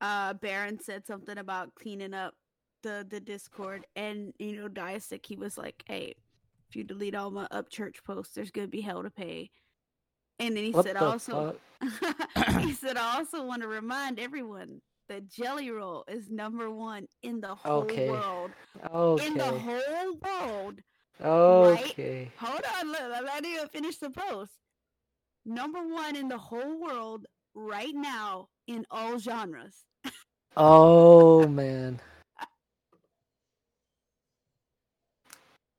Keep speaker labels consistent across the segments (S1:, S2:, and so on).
S1: uh Baron said something about cleaning up the the Discord, and you know Diasic he was like, "Hey, if you delete all my up church posts, there's gonna be hell to pay." And then he
S2: What
S1: said
S2: the
S1: also, he said I also want to remind everyone that Jelly Roll is number one in the whole
S2: Okay.
S1: world.
S2: fuck? Okay.
S1: In the whole world.
S2: okay.
S1: Hold on, look, I'm not even finished the post. Number one in the whole world right now in all genres.
S2: Oh man.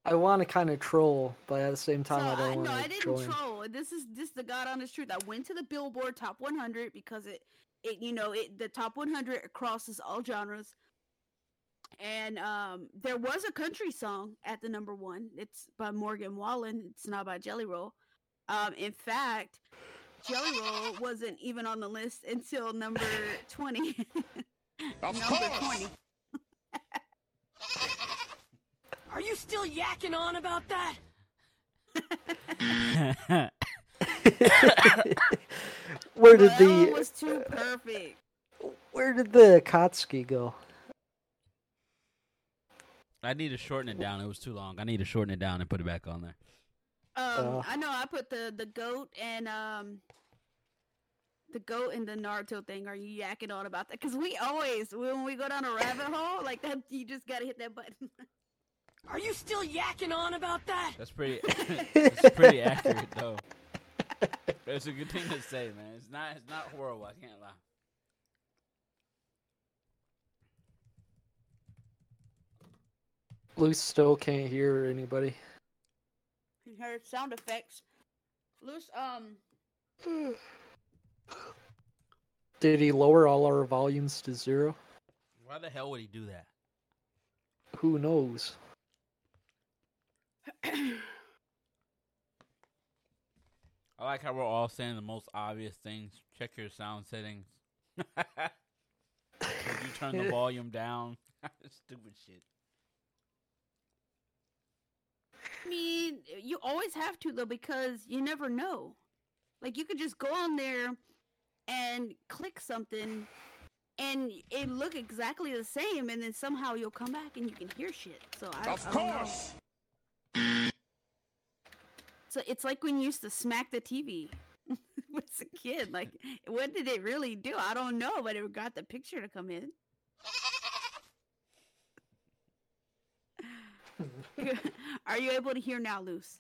S2: I want to kind of troll, but at the same time, I
S1: so
S2: don't
S1: I, no, I
S2: want to
S1: didn't
S2: join.
S1: troll. This is this is the god honest truth. I went to the Billboard Top 100 because it it you know it the top 100 crosses all genres. And um, there was a country song at the number one. It's by Morgan Wallen. It's not by Jelly Roll. Um, in fact, Jelly Roll wasn't even on the list until number 20.
S3: Of
S1: number
S3: course.
S1: 20.
S4: Are you still yakking on about that?
S2: where did
S1: Well,
S2: the
S1: was too perfect.
S2: where did the Kotsky go?
S5: I need to shorten it down. It was too long. I need to shorten it down and put it back on there.
S1: Um,
S2: Uh.
S1: I know I put the the goat and um the goat and the Naruto thing. Are you yakking on about that? Because we always when we go down a rabbit hole like that, you just gotta hit that button.
S4: Are you still yakking on about that?
S5: That's pretty. it's pretty accurate though. It's a good thing to say, man. It's not. It's not horrible. I can't lie.
S2: Luce still can't hear anybody.
S1: You heard sound effects. Loose. Um.
S2: Did he lower all our volumes to zero?
S5: Why the hell would he do that?
S2: Who knows?
S5: I like how we're all saying the most obvious things. Check your sound settings. Did you turn the volume down? Stupid shit.
S1: I mean, you always have to though because you never know. Like you could just go on there and click something, and it look exactly the same, and then somehow you'll come back and you can hear shit. So I,
S3: Of
S1: I don't know.
S3: course.
S1: So it's like when you used to smack the TV as a kid. Like, what did it really do? I don't know, but it got the picture to come in. Are you able to hear now, Luce?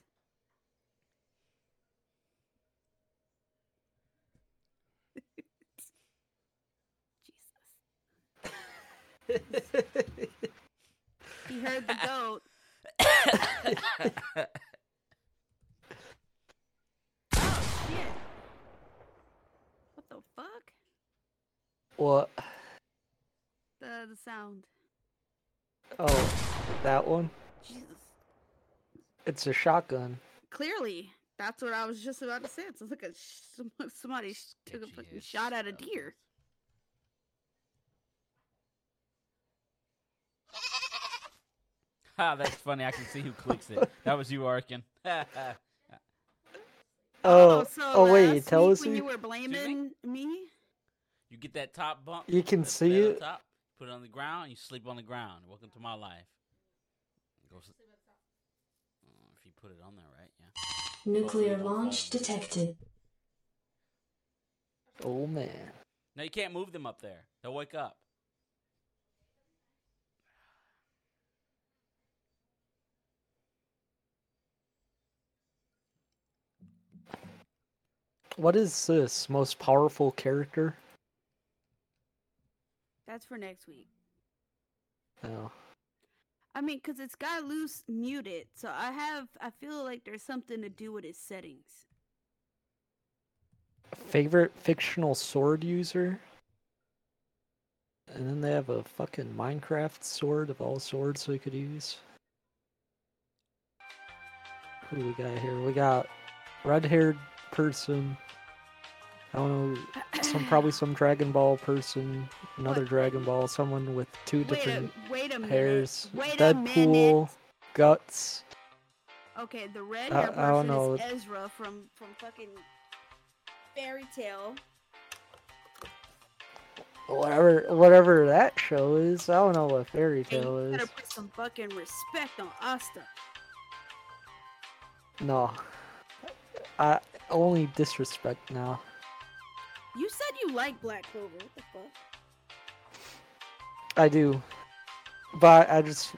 S1: Jesus. He heard the goat. Oh, shit. What the fuck?
S2: what?
S1: The, the sound.
S2: Oh, that one?
S1: Jesus.
S2: It's a shotgun.
S1: Clearly, that's what I was just about to say. It's like a sh- some- somebody sh- took a
S5: Sketchy
S1: fucking
S5: as
S1: shot at a
S5: hell.
S1: deer.
S5: Ha, that's funny. I can see who clicks it. That was you, Arkin.
S2: Oh,
S1: so
S2: oh wait,
S1: last
S2: tell
S1: week
S2: us
S1: when
S2: who-
S1: you were blaming me.
S5: you get that top bump.
S2: You can
S5: that
S2: see
S5: bed on
S2: it.
S5: Top, put it on the ground. You sleep on the ground. Welcome to my life. Go s- Oh, if you put it on there, right? Yeah.
S6: Nuclear launch detected.
S2: oh man.
S5: No, you can't move them up there. They'll wake up.
S2: What is this? Most powerful character?
S1: That's for next week.
S2: No.
S1: I mean, because it's got loose muted, so I have. I feel like there's something to do with his settings.
S2: Favorite fictional sword user? And then they have a fucking Minecraft sword of all swords we could use. Who do we got here? We got red haired person. I don't know, some probably some Dragon Ball person, another
S1: What?
S2: Dragon Ball, someone with two
S1: Wait
S2: different
S1: a wait a minute.
S2: hairs.
S1: Wait a
S2: Deadpool,
S1: minute.
S2: guts.
S1: Okay, the red
S2: I-
S1: hair
S2: I
S1: person
S2: don't know.
S1: is Ezra from from fucking Fairy Tale.
S2: whatever whatever that show is. I don't know what fairy
S1: Hey,
S2: tale
S1: you
S2: is.
S1: gotta put some fucking respect on Asta.
S2: No, I only disrespect now.
S1: You said you like Black Clover. What the fuck?
S2: I do, but I just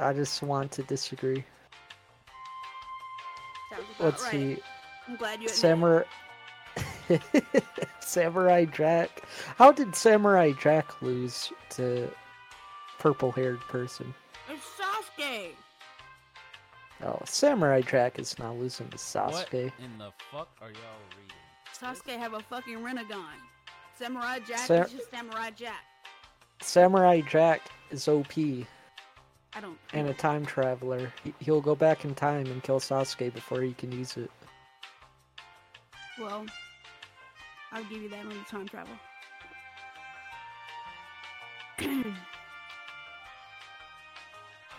S2: I just want to disagree.
S1: Sounds about
S2: Let's
S1: right.
S2: see,
S1: I'm glad you. Admit
S2: Samurai. Samurai Jack. How did Samurai Jack lose to purple haired person?
S1: it. It's Sasuke.
S2: Oh, Samurai Jack is not losing to
S5: What
S2: Sasuke.
S5: in the fuck are y'all reading?
S1: Sasuke have a fucking Renegon. Samurai Jack
S2: Sa-
S1: is just Samurai Jack.
S2: Samurai Jack is OP
S1: I don't.
S2: and a time traveler. He- He'll go back in time and kill Sasuke before he can use it.
S1: Well, I'll give you that on the time travel.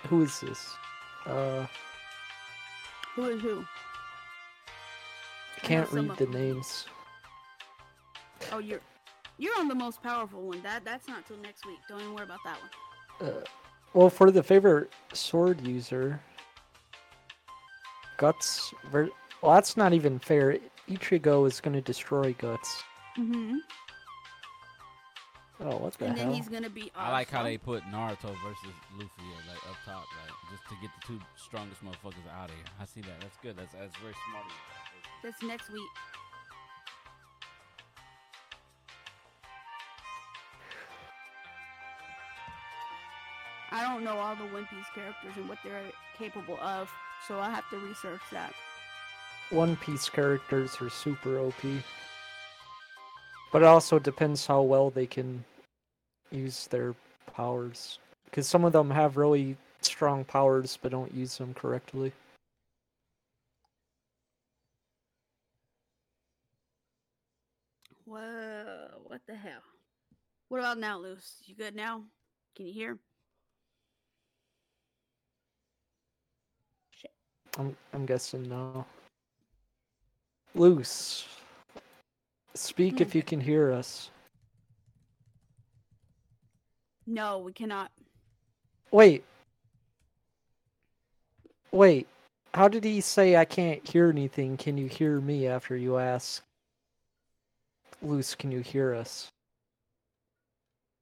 S2: Who is this? Uh,
S1: Who is who?
S2: can't
S1: some
S2: read
S1: of
S2: the
S1: them.
S2: names.
S1: Oh, you're you're on the most powerful one. That that's not till next week. Don't even worry about that one.
S2: Well, for the favorite sword user, Guts. Ver- well, that's not even fair. Ichigo is going to destroy Guts.
S1: Mm-hmm.
S2: Oh, what the
S1: And
S2: hell?
S1: then he's gonna be.
S5: I like how
S1: awesome.
S5: they put Naruto versus Luffy like up top, like just to get the two strongest motherfuckers out of here. I see that. That's good. That's that's very smart. of you.
S1: That's next week. I don't know all the One Piece characters and what they're capable of, so I have to research that.
S2: One Piece characters are super OP. But it also depends how well they can use their powers. Because some of them have really strong powers but don't use them correctly.
S1: Whoa, what the hell? What about now, Luce? You good now? Can you hear?
S2: I'm, I'm guessing no. Loose. Speak
S1: Hmm.
S2: if you can hear us.
S1: No, we cannot.
S2: Wait. Wait. How did he say I can't hear anything? Can you hear me after you ask? Luce, can you hear us?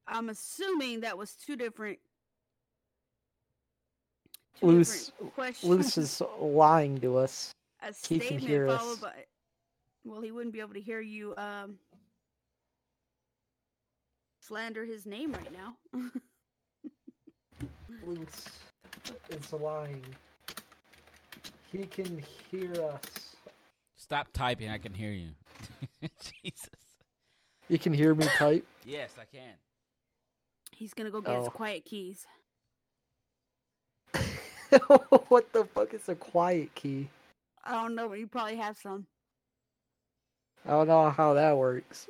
S1: I'm assuming that was two different.
S2: Luce-
S1: different questions.
S2: Luce is lying to us.
S1: a
S2: he
S1: statement
S2: can hear
S1: followed
S2: us.
S1: by well he wouldn't be able to hear you um slander his name right now
S2: Luce is lying. He can hear us.
S5: Stop typing. I can hear you. Jesus.
S2: You can hear me type?
S5: Yes, I can.
S1: he's gonna go get his
S2: Oh.
S1: quiet keys
S2: what the fuck is a quiet key?
S1: i don't know but you probably have some
S2: I don't know how that works.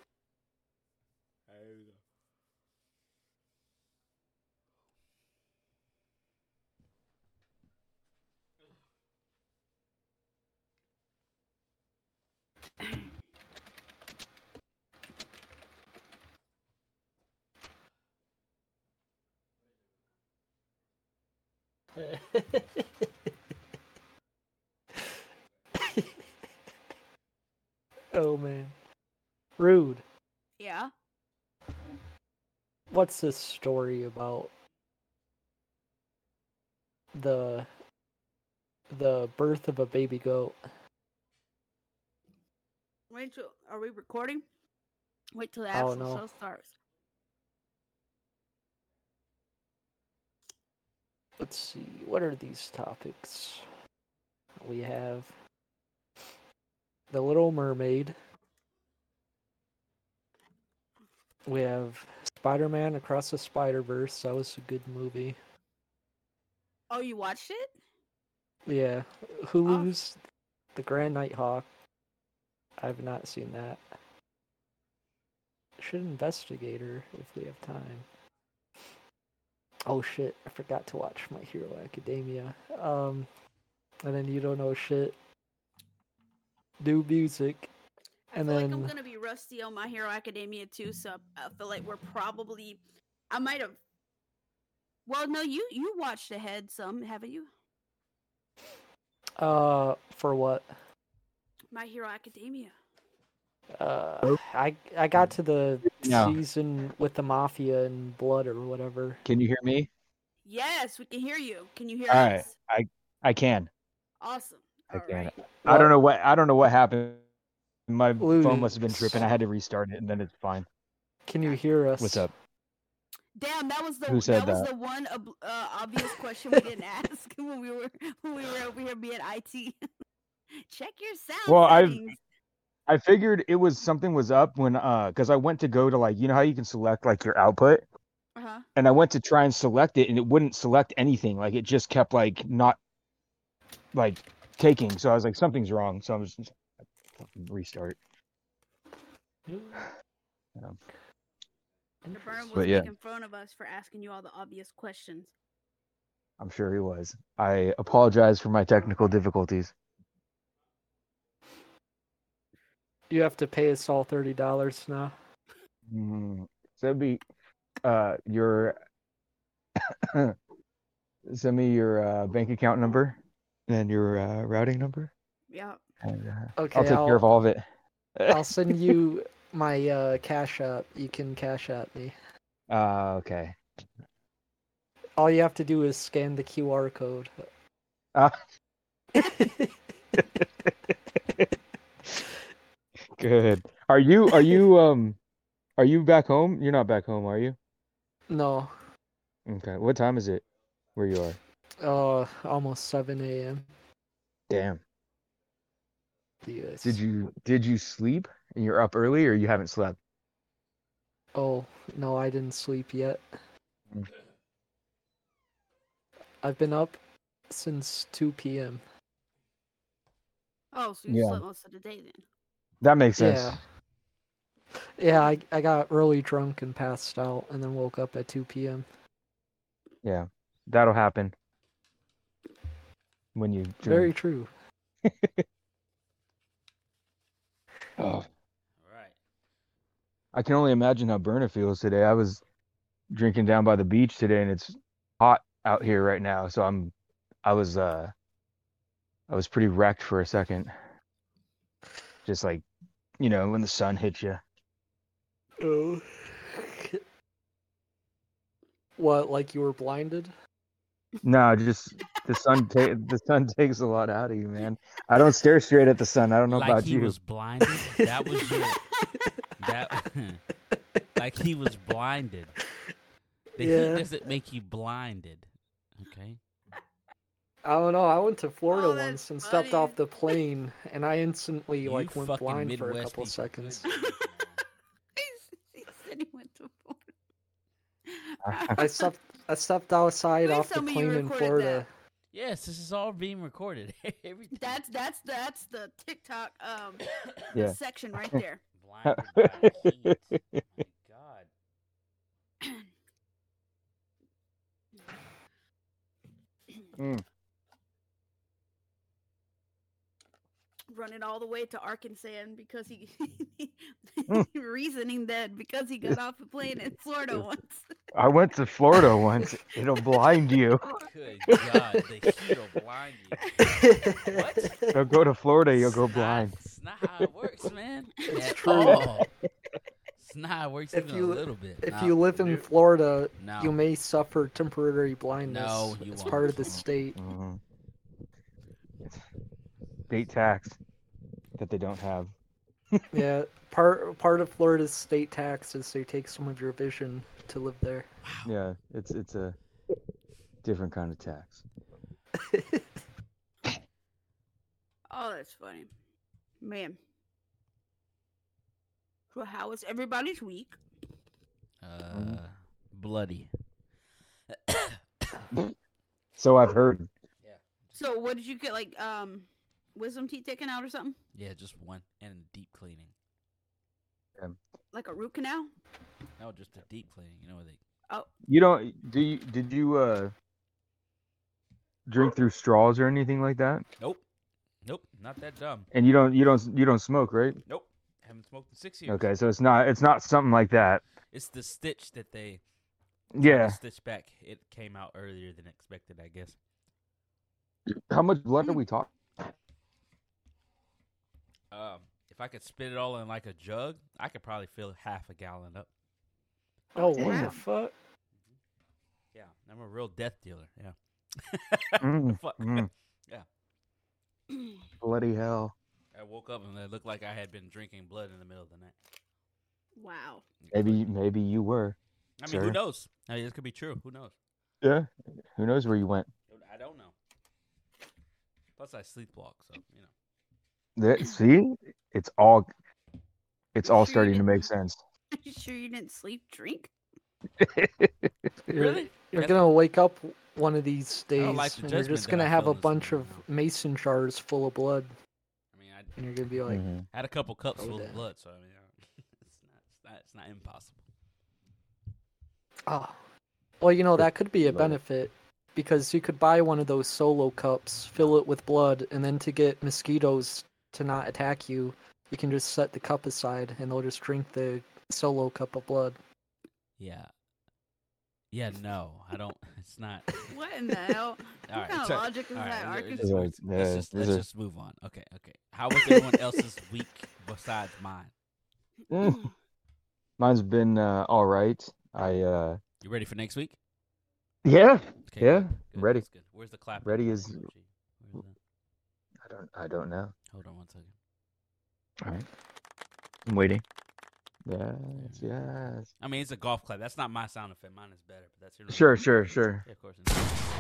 S2: oh man. Rude.
S1: yeah
S2: What's this story about? The the birth of a baby goat.
S1: wait till are we recording wait till the
S2: Oh,
S1: actual
S2: no.
S1: show starts
S2: Let's see. What are these topics? We have The Little Mermaid. We have Spider Man Across the Spider Verse. That was a good movie.
S1: oh you watched it
S2: Yeah. Hulu's The Grand Nighthawk. I've not seen that. Should investigate her if we have time. Oh shit, I forgot to watch My Hero Academia. Um and then you don't know shit. New music. And
S1: I feel
S2: then
S1: like i'm gonna be rusty on My Hero Academia too, so I feel like we're probably. I might have. Well, no, you you watched ahead some, haven't you?
S2: Uh, for what?
S1: My Hero Academia.
S2: Uh, I I got to the
S3: No.
S2: season with the mafia and blood or whatever.
S3: Can you hear me?
S1: Yes, we can hear you. Can you hear
S3: All right.
S1: us?
S3: I can.
S1: Awesome.
S3: I
S1: All
S3: can.
S1: right.
S3: I don't know what I don't know what happened. My
S2: Lulu.
S3: phone must have been tripping. I had to restart it, and then it's fine.
S2: Can you hear us?
S3: What's up?
S1: Damn, that was the
S3: Who said
S1: that was
S3: that?
S1: the one ob- uh, obvious question we didn't ask when we were when we were over here being IT. Check your sound.
S3: Well, I've-
S1: settings.
S3: I figured it was something was up when uh because I went to go to like you know how you can select like your output
S1: uh-huh.
S3: and I went to try and select it and it wouldn't select anything like it just kept like not like taking so I was like something's wrong so I'm just fucking restart Um,
S1: The burn was
S3: But yeah.
S1: in front of us for asking you all the obvious questions.
S3: I'm sure he was I apologize for my technical difficulties
S2: You have to pay us all thirty dollars now.
S3: Mm, so that'd be uh your send me your uh, bank account number and your uh, routing number
S1: Yeah.
S3: and, uh,
S2: Okay,
S3: I'll take care of all of it.
S2: I'll send you my uh, cash app. You can cash app me.
S3: Uh, okay.
S2: All you have to do is scan the QR code.
S3: Ah. Good. Are you are you um are you back home? You're not back home, are you?
S2: no,
S3: Okay. What time is it where you are?
S2: uh, almost seven a.m.
S3: Damn.
S2: Yes.
S3: Did you did you sleep and you're up early or you haven't slept?
S2: Oh no, I didn't sleep yet.
S3: Mm.
S2: I've been up since two p.m.
S1: Oh, so you
S3: Yeah.
S1: slept most of the day then.
S3: That makes sense.
S2: Yeah. Yeah, I, I got really drunk and passed out, and then woke up at two p.m.
S3: Yeah. That'll happen. When you drink.
S2: Very true.
S3: Oh,
S5: All right.
S3: I can only imagine how Berna feels today. I was drinking down by the beach today and it's hot out here right now, so I'm I was uh I was pretty wrecked for a second. Just like, you know, when the sun hits you.
S2: Oh. What? Like you were blinded?
S3: No, just the sun ta- the sun takes a lot out of you, man. I don't stare straight at the sun. I don't know
S5: like
S3: about
S5: he
S3: you.
S5: was blinded. That was your that like he was blinded. The
S2: Yeah.
S5: heat doesn't make you blinded. Okay.
S2: I don't know. I went to Florida
S1: Oh, that's
S2: once and stepped
S1: funny.
S2: off the plane, and I instantly
S5: You
S2: like went
S5: fucking
S2: blind for a
S5: Midwest
S2: couple
S5: people.
S2: seconds.
S5: Good grief, man.
S1: he said he went to
S3: I
S1: Florida.
S2: I stepped I stepped outside
S1: Please
S2: off the
S1: tell me you
S2: plane in
S1: recorded
S2: Florida.
S5: Yes, this is all being recorded. Everything.
S1: that's that's that's the TikTok um
S3: Yeah.
S1: section right there.
S5: blinded by heat. Oh my god.
S1: Running all the way to Arkansas because he
S3: Mm.
S1: reasoning that because he got off a plane in Florida once.
S3: I went to Florida once. It'll blind you.
S5: Good god. The heat will blind you.
S3: Don't go to Florida, you'll go
S5: It's not-
S3: blind.
S5: It's not how it works, man.
S2: It's
S5: At
S2: true.
S5: all. It's not how it works
S2: If
S5: even
S2: you-
S5: a little bit.
S2: if
S5: No,
S2: you live in
S5: you're-
S2: Florida,
S5: no.
S2: you may suffer temporary blindness.
S5: No, you
S2: it's
S5: won't.
S2: part of the state.
S3: Mhm. It's State tax that they don't have.
S2: yeah, part part of Florida's state tax is they take some of your vision to live there.
S3: Yeah, it's it's a different kind of tax.
S1: Oh, that's funny. Man. So how was everybody's week?
S5: Uh, bloody.
S3: So I've heard.
S1: So what did you get like um wisdom teeth taken out or something?
S5: Yeah, just one and deep cleaning.
S1: Like a root canal?
S5: No, just a deep cleaning. You know where they
S3: You don't do you did you uh drink through straws or anything like that?
S5: Nope. Nope. Not that dumb.
S3: And you don't you don't you don't smoke, right?
S5: Nope. Have haven't smoked in six years.
S3: Okay, so it's not it's not something like that.
S5: It's the stitch that they
S3: Yeah.
S5: stitch back. It came out earlier than expected, I guess.
S3: How much blood are we talking?
S5: Um, if I could spit it all in like a jug, I could probably fill half a gallon up.
S2: Oh, what
S1: Damn.
S2: the fuck?
S5: Yeah, I'm a real death dealer. Yeah.
S3: Mm,
S5: Fuck.
S3: mm.
S5: Yeah.
S3: Bloody hell.
S5: I woke up and it looked like I had been drinking blood in the middle of the night.
S1: Wow.
S3: Maybe maybe you were.
S5: I mean,
S3: sir.
S5: who knows? I mean, this could be true. Who knows?
S3: Yeah. Who knows where you went?
S5: I don't know. Plus, I sleepwalk, so you know.
S3: There- see? It's all it's all
S1: Sure you
S3: starting to
S1: didn't.
S3: make sense.
S1: Are you sure you didn't sleep drink?
S2: You're,
S5: Really?
S2: You're
S5: That's-
S2: gonna wake up one of these days,
S5: don't like the
S2: and you're
S5: judgment
S2: just
S5: that
S2: gonna
S5: I
S2: have
S5: feel
S2: a
S5: in this
S2: bunch
S5: room
S2: of
S5: right
S2: mason jars full of blood,
S5: I mean, I
S2: and you're gonna be like,
S3: Mhm.
S5: had a couple cups
S2: Oh,
S5: full
S2: damn.
S5: of blood, so I mean, I- it's not, it's not, it's not impossible.
S2: ah. Well, you know
S3: Good
S2: that could be a
S3: lord.
S2: benefit because you could buy one of those solo cups, fill it with blood, and then to get mosquitoes to not attack you, you can just set the cup aside, and they'll just drink the solo cup of blood.
S5: Yeah. Yeah, no, I don't. It's not.
S1: What in the hell?
S5: All
S1: what
S5: right,
S1: kind of
S5: so-
S1: logic is
S5: all right,
S1: that,
S5: let's-
S1: Arkansas?
S5: let's-
S3: Right,
S5: let's-
S3: yeah,
S5: Let's, just, let's
S3: these are-
S5: just move on. Okay, okay. How was everyone else's week besides mine?
S3: Mm. Mine's been uh, all right. I uh
S5: You ready for next week?
S3: yeah.
S5: Okay,
S3: Yeah,
S5: good, good,
S3: ready.
S5: that's good. Where's the clap?
S3: Ready is-
S5: Where's that?
S3: I don't I don't know.
S5: Hold on one second.
S3: All right. I'm waiting. Yes, yes.
S5: I mean, it's a golf clap. That's not my sound effect. Mine is better, but that's your.
S3: Sure, sure, sure.
S5: Yeah, of course. And-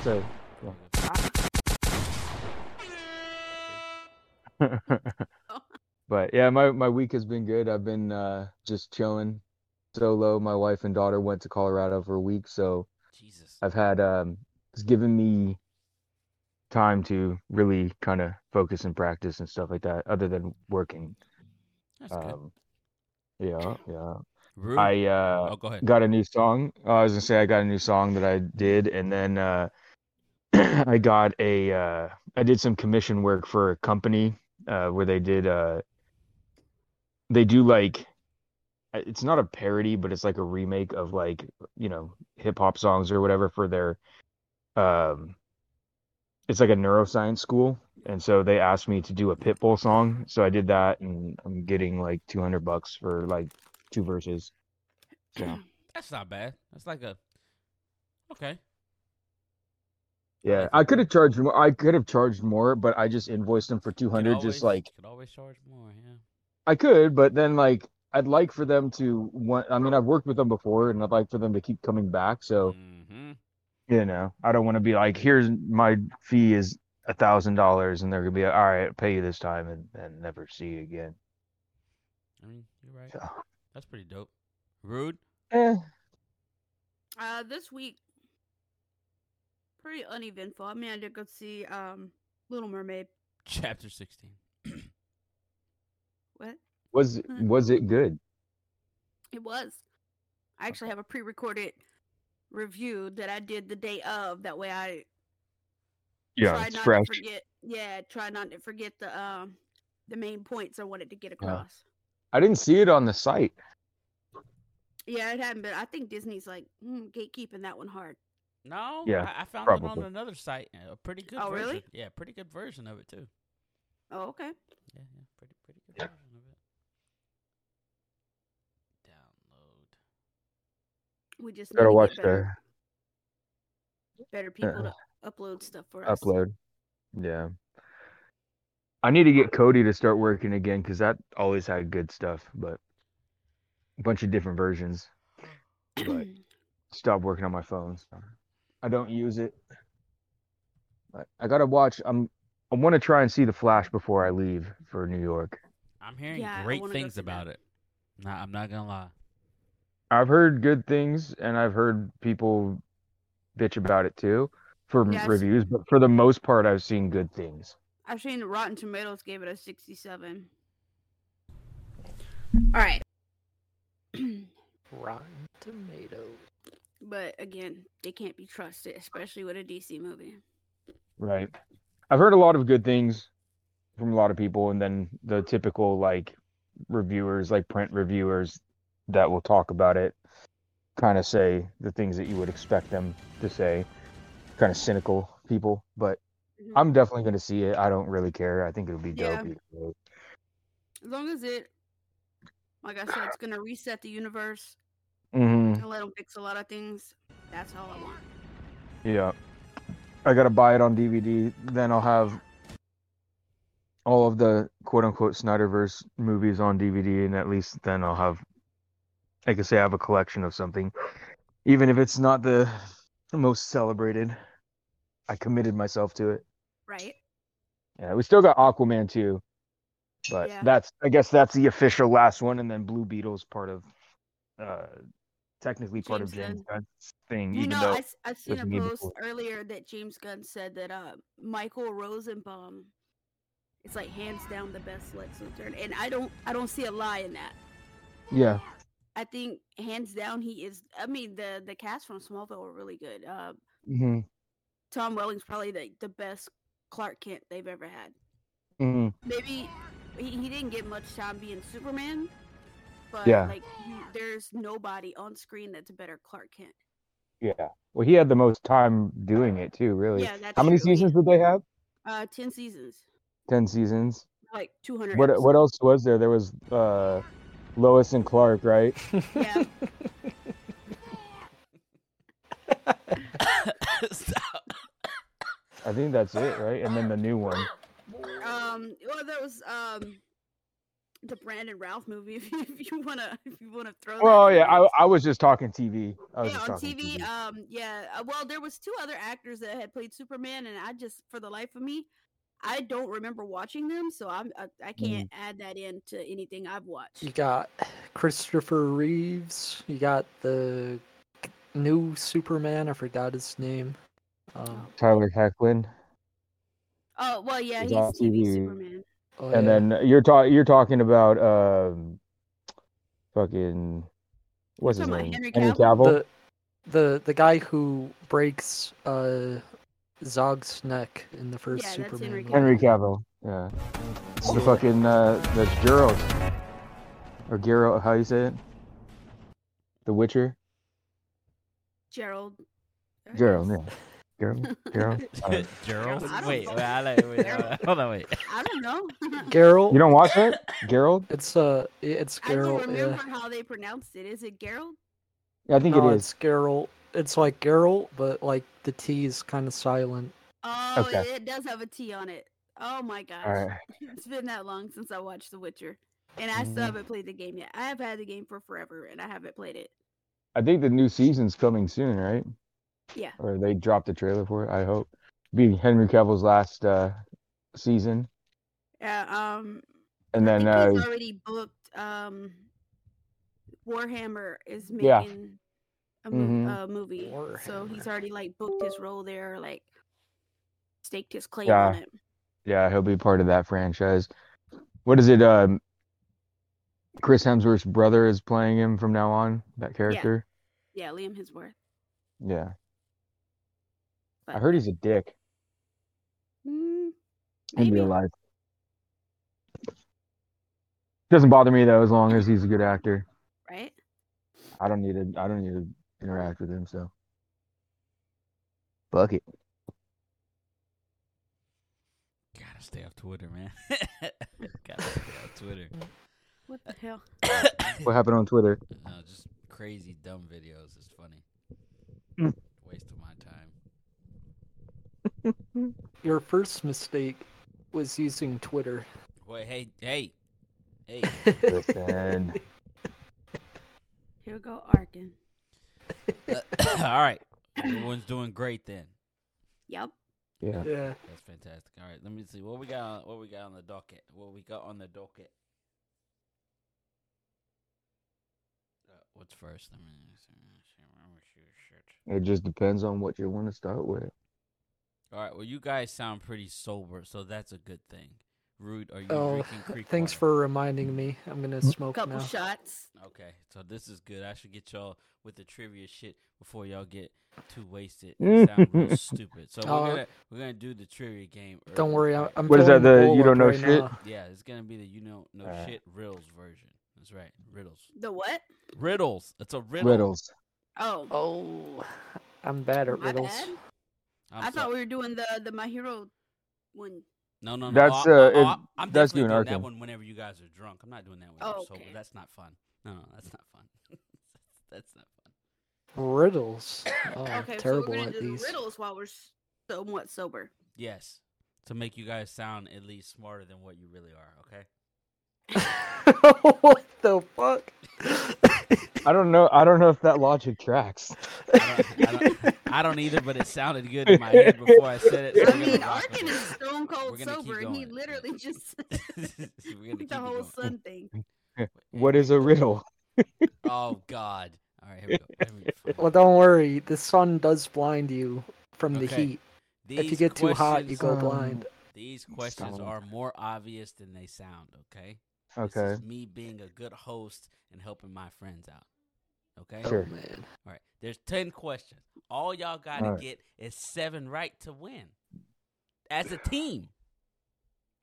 S3: So
S5: there
S3: yeah.
S5: we go.
S3: but yeah, my my week has been good. I've been uh just chilling solo. My wife and daughter went to Colorado for a week, so
S5: Jesus.
S3: I've had um it's given me time to really kind of focus and practice and stuff like that other than working.
S5: That's good.
S3: Um yeah, yeah.
S5: Rude.
S3: I uh
S5: oh, go ahead.
S3: got a new song. Uh, I was gonna say I got a new song that I did, and then uh, I got a uh, I did some commission work for a company uh, where they did uh, they do like uh, it's not a parody, but it's like a remake of like you know hip hop songs or whatever for their um it's like a neuroscience school and so they asked me to do a pitbull song so i did that and i'm getting like 200 bucks for like two verses so
S5: That's not bad. That's like a. Okay.
S3: Yeah, I could have charged more. I could have charged more, but I just invoiced them for two
S5: Could
S3: hundred.
S5: always-
S3: Just like
S5: could always charge more. Yeah.
S3: I could, but then like I'd like for them to want. I mean, I've worked with them before, and I'd like for them to keep coming back. So
S5: Mm-hmm.
S1: Mm.
S3: you know, I don't want to be like, here's my fee is a thousand dollars, and they're gonna be like, all right, I'll pay you this time, and and never see you again.
S5: I mean, you're right.
S3: So,
S5: That's pretty dope. Rude.
S3: eh,
S1: Uh, this week, pretty uneventful. I mean, I did go see um Little Mermaid.
S5: Chapter sixteen.
S1: What?
S3: was
S1: Hmm.
S3: was it good?
S1: It was. I actually have a pre-recorded review that I did the day of. That way, I try not to forget. Yeah, try not to forget the um the main points I wanted to get across.
S3: I didn't see it on the site.
S1: Yeah, it hadn't been. I think Disney's like mm, gatekeeping that one hard.
S5: No.
S3: Yeah,
S5: I, I found it on
S3: probably.
S5: another site. uh, A pretty good.
S1: Oh,
S5: version.
S1: really?
S5: Yeah, pretty good version of it too.
S1: Oh, okay.
S5: Yeah, yeah, pretty, pretty good
S3: Yeah.
S5: version of it. Download.
S1: We just need
S3: Gotta
S1: to get
S3: watch
S1: better,
S3: the
S1: better people
S3: uh,
S1: to upload stuff for us.
S3: upload. Yeah. I need to get Cody to start working again because that always had good stuff, but a bunch of different versions. But stop working on my phone. so I don't use it. But I gotta watch. I'm. I want to try and see The Flash before I leave for New York.
S5: I'm hearing
S1: Yeah, I
S5: great
S1: wanna go
S5: things
S1: see that.
S5: about it. Nah, I'm not gonna lie.
S3: I've heard good things, and I've heard people bitch about it too for
S1: Yeah, I've-
S3: reviews. But for the most part, I've seen good things.
S1: I've seen Rotten Tomatoes gave it a 67. All right.
S2: Rotten Tomatoes.
S1: but again, they can't be trusted, especially with a DC movie.
S3: Right. I've heard a lot of good things from a lot of people, and then the typical like reviewers, like print reviewers that will talk about it, kind of say the things that you would expect them to say, kind of cynical people. But
S1: Mhm.
S3: I'm definitely going to see it. I don't really care. I think it'll be
S1: Yeah.
S3: dope. either way.
S1: As long as it, like I said, it's gonna reset the universe
S3: Mhm,
S1: and let them fix a lot of things. That's all I want.
S3: Yeah. I got to buy it on DVD. Then I'll have all of the quote unquote Snyderverse movies on DVD. And at least then I'll have, I can say I have a collection of something. Even if it's not the most celebrated, I committed myself to it.
S1: Right?
S3: Yeah, we still got Aquaman too, but
S1: Yeah.
S3: that's I guess that's the official last one, and then Blue Beetle's part of, uh, technically part of
S1: James
S3: James Gunn's thing,
S1: You
S3: Mm, even
S1: know,
S3: though
S1: I, s- I seen a
S3: wasn't even
S1: post
S3: cool.
S1: earlier that James Gunn said that uh, Michael Rosenbaum is like hands down the best Lex Luthor, and I don't I don't see a lie in that.
S3: yeah,
S1: I think hands down he is. I mean the the cast from Smallville were really good. Uh,
S3: hmm
S1: Tom Welling's probably the, the best Clark Kent they've ever had.
S3: hmm
S1: Maybe he, he didn't get much time being Superman, but
S3: Yeah.
S1: like you, there's nobody on screen that's a better Clark Kent.
S3: yeah. Well, he had the most time doing it too, really.
S1: Yeah, that's
S3: How many
S1: true. He-
S3: seasons did they have?
S1: Uh, ten seasons,
S3: Ten seasons.
S1: like two hundred.
S3: What what else was there? There was uh, Lois and Clark, right?
S1: Yeah.
S5: Stop.
S3: I think that's it, right? And then the new one.
S1: Um, well, that was um, the Brandon Ralph movie. If you, if you wanna, if you wanna throw. Oh, that
S3: Well,
S1: in
S3: yeah,
S1: there.
S3: I, I was just talking TV. I was
S1: yeah,
S3: just
S1: on
S3: talking
S1: TV. Um, yeah. uh, Well, there was two other actors that had played Superman, and I just, for the life of me, I don't remember watching them, so I'm, I, I can't
S3: Mm-hmm.
S1: add that in to anything I've watched.
S2: You got Christopher Reeves. You got the new Superman. I forgot his name. Um,
S3: Tyler Hecklin.
S1: Oh, well, yeah,
S3: It's
S1: he's
S3: on
S1: TV
S3: TV.
S1: Superman.
S2: oh,
S3: And
S2: yeah.
S3: then you're talking you're talking about um fucking what's his
S1: talking about
S3: name?
S1: Henry
S3: Cavill.
S2: the the the guy who breaks uh Zog's neck in the first
S1: Yeah, that's
S2: Superman.
S1: Henry
S2: movie.
S3: Henry Cavill. Yeah. It's The fucking uh that's Geralt. Or Geralt, how you say it? The Witcher?
S1: Gerald. I
S3: Gerald,
S1: guess.
S3: yeah. Gerald? Gerald? I don't
S5: Uh,
S3: know.
S5: Gerald?
S1: I don't
S5: Wait,
S1: know.
S5: wait, I like, wait, uh, hold on, wait.
S1: I don't know.
S2: Geralt.
S3: You don't watch it? Gerald?
S2: it's uh, i- it's
S1: I don't
S2: Geralt.
S1: remember
S2: Yeah.
S1: how they pronounced it. Is it Gerald?
S3: Yeah, I think
S2: No,
S3: it
S2: it's
S3: is.
S2: Geralt. It's like Geralt, but like the T is kind of silent.
S1: Oh,
S3: Okay.
S1: it, it does have a T on it. Oh my gosh.
S3: Alright.
S1: It's been that long since I watched The Witcher. And I still
S3: Mhm.
S1: haven't played the game yet. I have had the game for forever and I haven't played it.
S3: I think the new season's coming soon, right?
S1: Yeah.
S3: Or they dropped the trailer for it, I hope. Be Henry Cavill's last uh season.
S1: Yeah, um
S3: And
S1: I
S3: then
S1: think
S3: uh
S1: he's already booked um Warhammer is making
S3: Yeah.
S1: a, mov-
S3: Mhm.
S1: a movie. So he's already like booked his role there, like staked his claim on
S3: Yeah.
S1: it.
S3: Yeah, he'll be part of that franchise. What is it? Um, Chris Hemsworth's brother is playing him from now on. That character.
S1: Yeah, Liam Hemsworth.
S3: Yeah, I
S1: But-
S3: heard he's a dick
S1: Mm,
S3: in
S1: maybe.
S3: real life. Doesn't bother me though, as long as he's a good actor.
S1: Right?
S3: I don't need to. I don't need to interact with him. So, fuck it.
S5: Gotta stay off Twitter, man. Gotta stay off Twitter.
S1: What
S2: Uh,
S1: the hell?
S3: What happened on Twitter?
S5: No, just crazy dumb videos. It's funny.
S3: Mm.
S5: Waste of my time.
S2: Your first mistake was using Twitter.
S5: Wait, hey, hey, hey.
S3: Listen.
S1: Here go Arkin.
S5: Uh, all right, everyone's doing great then.
S1: Yep.
S3: yeah.
S2: yeah.
S5: That's fantastic. All right, let me see what we got. On, what we got on the docket? What we got on the docket? Uh, what's first? Let me see. I'm gonna shoot shit.
S3: It just depends on what you want to start with.
S5: All right. Well, you guys sound pretty sober, so that's a good thing. Rude, are you
S2: Oh,
S5: drinking creek
S2: thanks
S5: water?
S2: for reminding me. I'm gonna smoke
S1: Couple
S2: now.
S1: shots.
S5: Okay, so this is good. I should get y'all with the trivia shit before y'all get too wasted and sound real stupid. So we're
S2: Oh.
S5: gonna we're gonna do the trivia game.
S2: Don't
S5: early
S2: worry, I-
S5: here.
S2: I'm.
S3: What is that,
S2: filling
S3: the
S2: bowl
S3: you
S2: up
S3: don't know
S2: right
S3: shit?
S2: now.
S5: Yeah, it's gonna be the you know no
S3: Alright.
S5: shit riddles version. That's right, riddles.
S1: The what?
S5: Riddles. It's a riddle.
S3: Riddles.
S1: Oh,
S2: Oh, I'm bad at
S1: my
S2: riddles.
S1: bad.
S5: I'm
S1: I
S5: so-
S1: thought we were doing the the my hero one.
S5: no, no, no.
S3: That's,
S5: oh, I-
S3: uh,
S5: oh,
S3: it-
S5: I- I'm definitely
S3: that's doing
S5: doing that
S3: Arkham.
S5: one whenever you guys are drunk. I'm not doing that when
S1: Oh,
S5: you're sober.
S1: okay.
S5: That's not fun. No, no, that's not fun. that's not fun.
S2: Riddles. Oh, I'm
S1: okay, so
S2: terrible
S1: we're gonna
S2: at
S1: do
S2: these.
S1: the riddles while we're s- somewhat sober.
S5: Yes, to make you guys sound at least smarter than what you really are. Okay.
S2: what the fuck?
S3: I don't know. I don't know if that logic tracks.
S5: I don't, I, don't, I don't either, but it sounded good in my head before I said it. so
S1: I
S5: we're
S1: mean,
S5: gonna rock with
S1: Arkin is
S5: it.
S1: stone
S5: We're
S1: cold
S5: gonna keep
S1: sober, and he
S5: going.
S1: literally just
S5: We're gonna
S1: with
S5: keep
S1: the
S5: it
S1: whole
S5: going.
S1: sun thing.
S3: What is a riddle?
S5: Oh God! All right, here we go. Here we go.
S2: Well, don't worry. The sun does blind you from the
S5: Okay.
S2: heat.
S5: These
S2: if you get too hot, you
S5: questions-
S2: go
S3: Um,
S2: blind.
S5: These questions
S3: Stop.
S5: are more obvious than they sound. Okay. This
S3: Okay.
S5: is me being a good host and helping my friends out. Okay.
S3: Sure.
S2: Oh man.
S5: All right. There's ten questions. All y'all got to
S3: All right.
S5: get is seven right to win. As a team.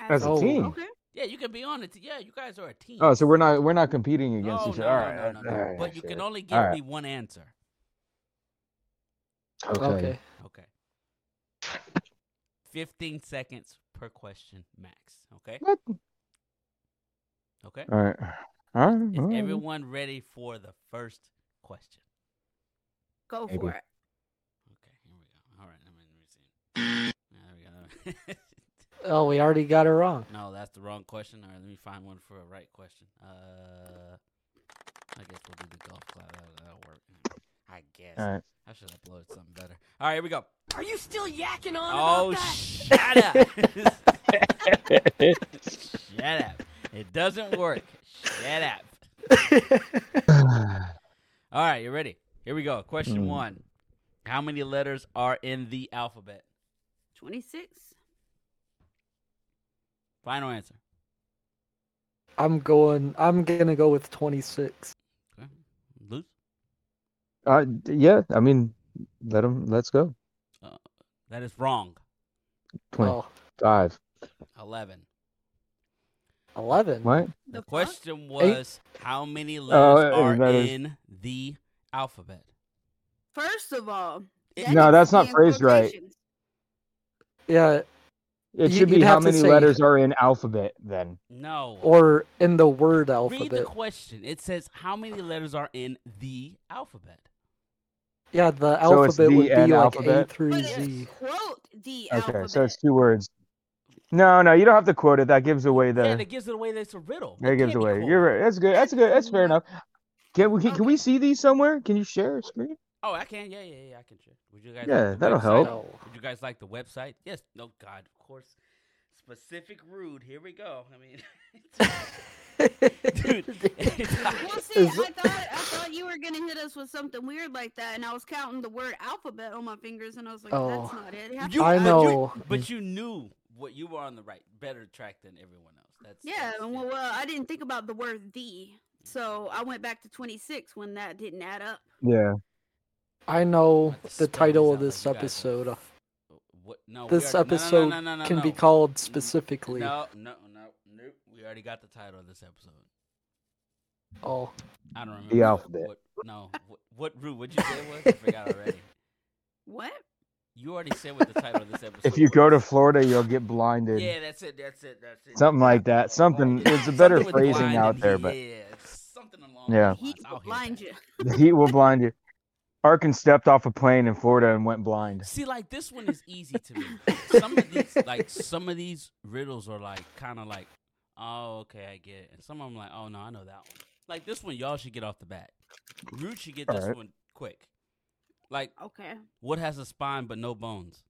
S3: As a
S2: Oh.
S3: team.
S1: Okay.
S5: Yeah, you can be on it. Yeah, you guys are a team.
S3: Oh, so we're not we're not competing against
S5: no,
S3: each
S5: no,
S3: other. All right.
S5: no, no, no,
S3: all
S5: no.
S3: right,
S5: But you
S3: shit.
S5: can only give
S3: All right.
S5: me one answer.
S3: Okay.
S2: Okay.
S5: Okay. 15 seconds per question max. Okay?
S3: What?
S5: Okay?
S3: All right. All right.
S5: Is
S3: all right.
S5: everyone ready for the first question?
S1: Go
S3: Maybe.
S1: for it.
S5: Okay, here we go. All right, let me, let me see. Yeah, there we go.
S2: Oh, we already got it wrong.
S5: no, that's the wrong question. All right, let me find one for a right question. Uh, I guess we'll do the golf club. That'll, that'll work. I guess.
S3: All right.
S5: I should upload something better. All right, here we go.
S4: Are you still yakking on
S5: Oh,
S4: about that?
S5: shut up. Shut up. It doesn't work. Shut up. All right, you ready? Here we go. Question
S3: Mm.
S5: one How many letters are in the alphabet?
S1: Twenty six.
S5: Final answer.
S2: I'm going. I'm gonna go with 26.
S5: Okay. Loose?
S3: Uh, d- yeah. I mean, let them. Let's go.
S5: That is wrong.
S2: Oh,
S3: Twenty-five.
S5: 11.
S2: 11.
S3: What?
S5: The
S1: fuck?
S5: question was How many letters
S3: uh,
S5: are
S3: letters.
S5: in the alphabet?
S1: First of all,
S5: It-
S1: that
S3: No,
S1: needs
S3: that's
S1: to be
S3: not
S1: in
S3: phrased right.
S1: quotations.
S2: Yeah,
S3: It
S2: You-
S3: should be
S2: you'd
S3: how
S2: have to
S3: many
S2: say-
S3: letters are in alphabet then.
S5: No.
S2: or in the word
S5: Read the
S2: alphabet.
S5: question. It says How many letters are in the alphabet?
S2: Yeah, the
S3: So it's
S2: alphabet would
S3: the N
S2: be like A
S3: alphabet?
S2: through
S1: But
S2: Z.
S1: it's quote the
S3: Okay,
S1: alphabet.
S3: so it's two words. No, no, you don't have to quote it. That gives away
S5: Yeah, that
S3: the.
S5: gives it away. That's a riddle.
S3: That
S5: It
S3: gives
S5: can't be
S3: away.
S5: cool.
S3: You're right. That's good. That's good. That's fair enough. Can we can, can we see these somewhere? Can you share a screen?
S5: Oh, I can. Yeah, yeah, yeah. I can share. Would you guys?
S3: Yeah,
S5: like the
S3: that'll
S5: website?
S3: help.
S2: No.
S5: Would you guys like the website? Yes. No, God, of course. Specific rude. Here we go. I mean, dude.
S1: Well,
S5: it's-
S1: see, I
S2: Is-
S1: thought I thought you were gonna hit us with something weird like that, and I was counting the word alphabet on my fingers, and I was like,
S2: Oh.
S1: "That's not it." it. has
S5: You-
S1: to
S2: I
S5: but
S1: be-
S5: you-
S2: know.
S5: but you knew what you were on the right, better track than everyone else. That's
S1: Yeah,
S5: that's-
S1: and well, uh, well, I didn't think about the word "the," so I went back to twenty six when that didn't add up.
S3: Yeah.
S2: I know
S5: Like
S2: the
S5: spell
S2: title
S5: these
S2: of
S5: out,
S2: this
S5: like you guys
S2: episode. uh,
S5: are- uh, What? No, we
S2: This
S5: already- no, no, no,
S2: episode
S5: no, no, no,
S2: can be
S5: no.
S2: called specifically.
S5: No, no, no, nope. We already got the title of this episode.
S2: Oh,
S5: I don't remember. what-
S3: alphabet.
S5: What, no, what, what root? What'd you say it was? I forgot already.
S1: What?
S5: You already said what the title of this episode.
S3: If you go to
S5: was.
S3: Florida, you'll get blinded.
S5: yeah, that's it, that's it, that's it.
S3: Something like that. Something-
S5: Blinded.
S3: it's a better
S5: Something with
S3: phrasing
S5: blinded,
S3: out there,
S5: yeah,
S3: but-
S5: yeah, yeah, it's something along.
S3: Yeah.
S5: those
S1: He
S5: lines. I'll
S1: will
S5: hear
S1: blind
S5: that.
S1: you.
S3: The heat will blind you. Arkin stepped off a plane in Florida and went blind.
S5: See, like this one is easy to me. Some of these, like some of these riddles, are like kind of like, oh, okay, I get it, and some of them like, oh no, I know that one. Like this one, y'all should get off the bat. Root should get this
S3: Alright.
S5: one quick. Like,
S1: Okay.
S5: what has a spine but no bones?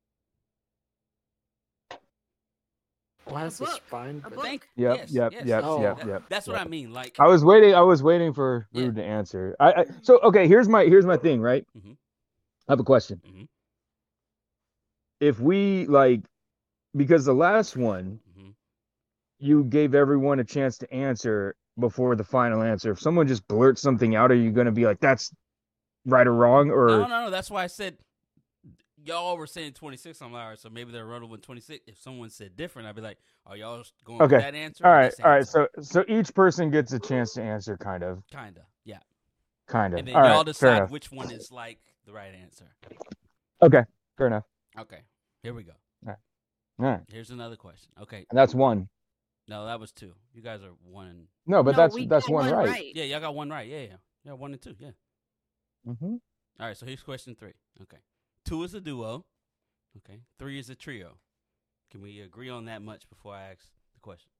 S2: why is
S1: book.
S2: this fine?
S1: A
S2: But...
S1: book.
S5: Thank-
S3: Yep,
S5: yes,
S3: yep,
S5: yes,
S3: yep,
S5: yes.
S2: yep,
S5: That-
S3: yep,
S5: That's what
S3: yep.
S5: I mean. Like,
S3: I was waiting. I was waiting for
S5: Yeah.
S3: Rude to answer. I, I so okay. Here's my here's my thing. Right.
S5: Mhm.
S3: I have a question.
S5: Mhm.
S3: If we like, because the last one
S5: Mhm.
S3: you gave everyone a chance to answer before the final answer. If someone just blurts something out, are you going to be like, that's right or wrong? Or
S5: No, no, no. That's why I said y'all were saying 26. I'm like, all right, so maybe they're running with 26. If someone said different, I'd be like, are y'all going
S3: Okay.
S5: with that answer?
S3: all right, all right. So so each person gets a chance to answer, kind of,
S5: kind of, yeah.
S3: kind of.
S5: And then
S3: all
S5: y'all
S3: right, fair
S5: decide
S3: enough.
S5: which one is like the right answer.
S3: Fair enough.
S5: Okay, here we go.
S3: All right,
S5: Here's another question. Okay,
S3: and that's one.
S5: no, that was two. You guys are one and
S3: No, but
S1: No,
S3: that's
S1: we
S3: that's
S1: got
S3: one, right.
S5: yeah, y'all got one right. Yeah, yeah, yeah, one and two. Yeah.
S3: Mm-hmm.
S5: All right, so here's question three. Okay, two is a duo. Okay, three is a trio. Can we agree on that much before I ask the question?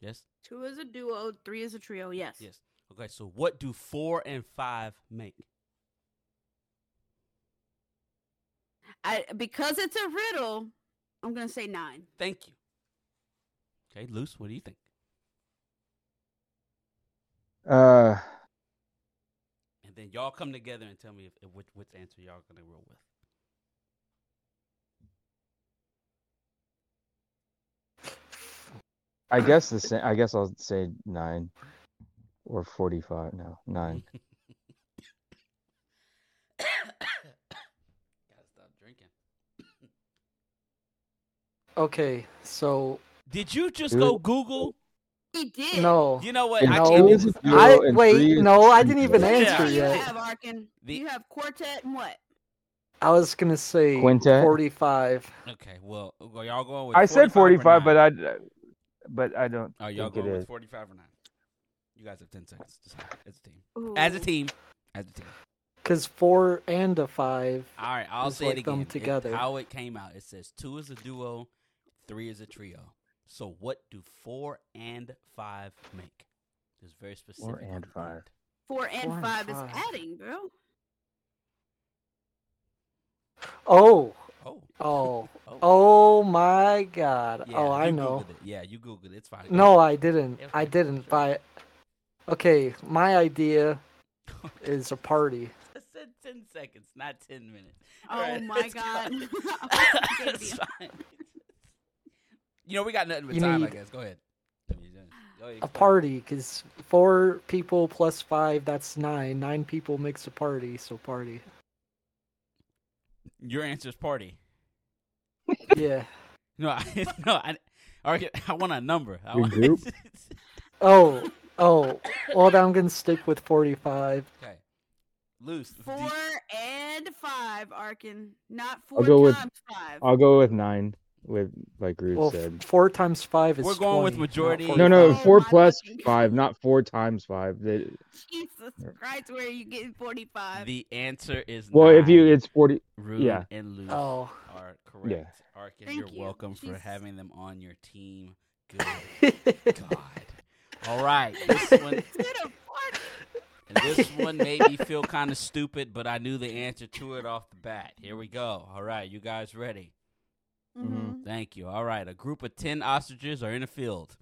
S5: Yes.
S1: Two is a duo, three is a trio. Yes.
S5: Yes. Okay, so what do four and five make?
S1: I, because it's a riddle, I'm gonna say nine.
S5: Thank you. Okay, Luce, what do you think?
S3: Uh,
S5: And then y'all come together and tell me if, if which, which answer y'all gonna roll with.
S3: I guess the same. I guess I'll say nine or forty-five. No, nine.
S5: Gotta stop drinking.
S2: Okay, so
S5: Did you just go
S3: Dude.
S5: Google?
S1: He did.
S2: no,
S5: You know what?
S2: No.
S5: I can't do this.
S3: Duo
S2: I
S3: and three
S2: wait.
S3: is
S2: No, I
S3: three,
S2: didn't even
S3: right?
S1: What
S2: answer
S1: do you
S2: yet.
S1: have Arkin.
S5: The-
S1: you have quartet and what?
S2: I was gonna say
S3: Quintet?
S2: forty-five.
S5: Okay, well, are y'all going with
S3: I
S5: 45
S3: said forty-five,
S5: or
S3: but
S5: nine?
S3: I, but I don't.
S5: Are y'all
S3: think
S5: going
S3: it
S5: with
S3: is.
S5: 45 or 9? You guys have 10 seconds. Decide. As a team. As a team. As a team.
S2: Cause four and a five.
S5: All right, I'll
S2: Just
S5: say it
S2: like them
S5: again. It-
S2: together.
S5: how it came out. It says two is a duo, three is a trio. So what do four and five make? It's very specific.
S3: Four and
S5: on the
S3: five.
S5: end.
S1: Four and
S2: Four and
S1: five is
S2: five.
S1: adding, bro.
S2: Oh,
S5: Oh.
S2: oh,
S5: Oh.
S2: oh my God!
S5: Yeah,
S2: oh, I
S5: you
S2: know.
S5: Googled it. Yeah, you Googled it. It's fine. Go
S2: No,
S5: ahead.
S2: I didn't. I
S5: Okay,
S2: didn't.
S5: sure.
S2: But okay, my idea is a party.
S5: I said 10 seconds, not 10 minutes.
S1: Oh
S5: Alright,
S1: my
S5: it's
S1: god. Oh,
S5: gone.
S1: It's
S5: it's fine. You know, we got nothing but
S2: You
S5: time, I
S2: need
S5: guess. Go ahead. Go ahead,
S2: A
S5: explain.
S2: party, cause four people plus five, that's nine. Nine people makes a party, so party.
S5: Your answer is party.
S2: Yeah.
S5: No, I, no, I, all right, I want a number. I
S3: Your
S5: want,
S3: group?
S2: Oh, oh. Well, then I'm gonna stick with forty-five.
S5: okay. Loose. do
S1: Four
S5: you-
S1: and five, Arkin. Not 4
S3: I'll go with-
S1: times five.
S3: I'll go with nine. With like Ruth
S2: Well,
S3: said.
S2: f- four times five is.
S5: We're going with
S2: 20, not
S5: majority.
S3: No, no,
S1: Oh
S2: 45.
S3: four
S1: my
S3: plus
S1: fucking-
S3: five, not four times five. The-
S1: Jesus Christ, where are you getting forty five?
S5: the answer is
S3: well, if you,
S5: nine.
S3: it's forty.
S5: Rude
S3: yeah.
S5: and Loose
S2: Oh.
S5: are correct. Arkin,
S1: Thank
S5: you're
S1: you.
S5: welcome for
S1: Jesus.
S5: having them on your team. Good God. All right, this one,
S1: Instead of 40.
S5: this one made me feel kind of stupid, but I knew the answer to it off the bat. Here we go. All right, you guys ready?
S1: Mhm.
S5: Thank you. All right, a group of ten ostriches are in a field.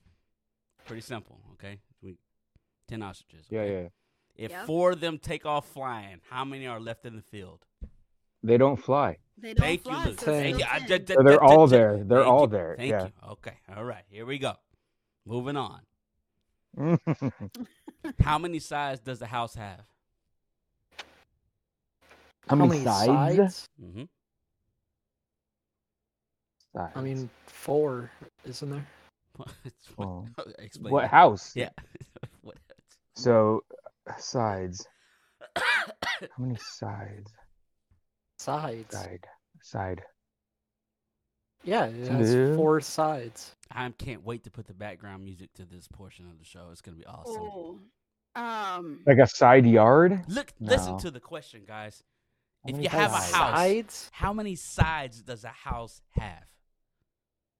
S5: Pretty simple, okay? We ten ostriches.
S3: Yeah,
S5: okay?
S3: yeah.
S5: If
S1: Yep.
S5: four of them take off flying, how many are left in the field?
S3: They don't fly.
S1: They don't
S5: Thank you,
S1: fly,
S5: Luke.
S1: so
S5: Thank you.
S1: still
S5: I-
S1: ten.
S5: d- d-
S3: So
S5: d-
S3: they're
S5: d-
S3: all
S5: d-
S3: there. They're
S5: Thank
S3: all
S5: you.
S3: there,
S5: Thank
S3: yeah.
S5: you. Okay. All right. Here we go. Moving on.
S3: How
S5: How many sides does the house have? Mm-hmm.
S3: Sides.
S2: I mean, four, isn't there?
S5: what,
S3: Well,
S5: explain.
S3: Oh. what
S5: that.
S3: house?
S5: Yeah. what?
S3: So, sides. How many sides?
S2: Sides.
S3: Side. Side.
S2: Yeah, it has
S3: Yeah.
S2: four sides.
S5: I can't wait to put the background music to this portion of the show. It's gonna be awesome.
S1: Oh. Um
S3: Like a side yard?
S5: Look, listen
S3: No.
S5: to the question, guys.
S3: How
S5: If
S3: many
S5: you have a
S3: sides?
S5: house,
S2: Sides.
S5: How many sides does a house have?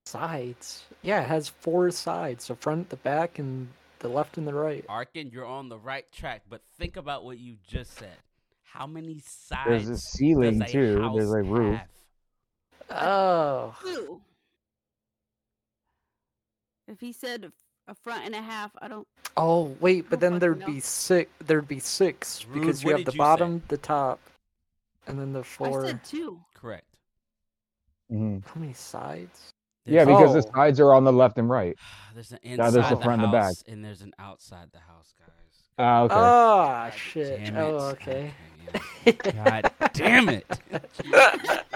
S2: Sides. Yeah, it has four sides: the front, the back, and the left and the right.
S5: Arkin, you're on the right track, but think about what you just said. How many sides?
S3: There's a ceiling,
S5: does a
S3: too. There's
S5: house
S3: a roof.
S5: have?
S2: Oh,
S1: two. If he said a front and a half, I don't
S2: oh, wait, but
S1: don't fucking
S2: then there'd
S1: know.
S2: be six. There'd be six
S5: Rude,
S2: because
S5: what
S2: you have
S5: did
S2: the
S5: you say?
S2: bottom, the top, and then the four.
S1: I said two.
S5: Correct.
S3: Mhm.
S2: How many sides?
S3: Yeah,
S5: There's-
S3: because
S2: Oh.
S3: the sides are on the left and right.
S5: there's an
S3: Now
S5: inside
S3: there's a
S5: the
S3: front and a back.
S5: house, and there's an outside the house, guys.
S3: Ah, okay.
S5: Oh.
S2: Ah,
S5: God
S2: shit.
S5: damn it.
S2: Oh,
S5: God
S2: okay.
S5: damn it. God damn it!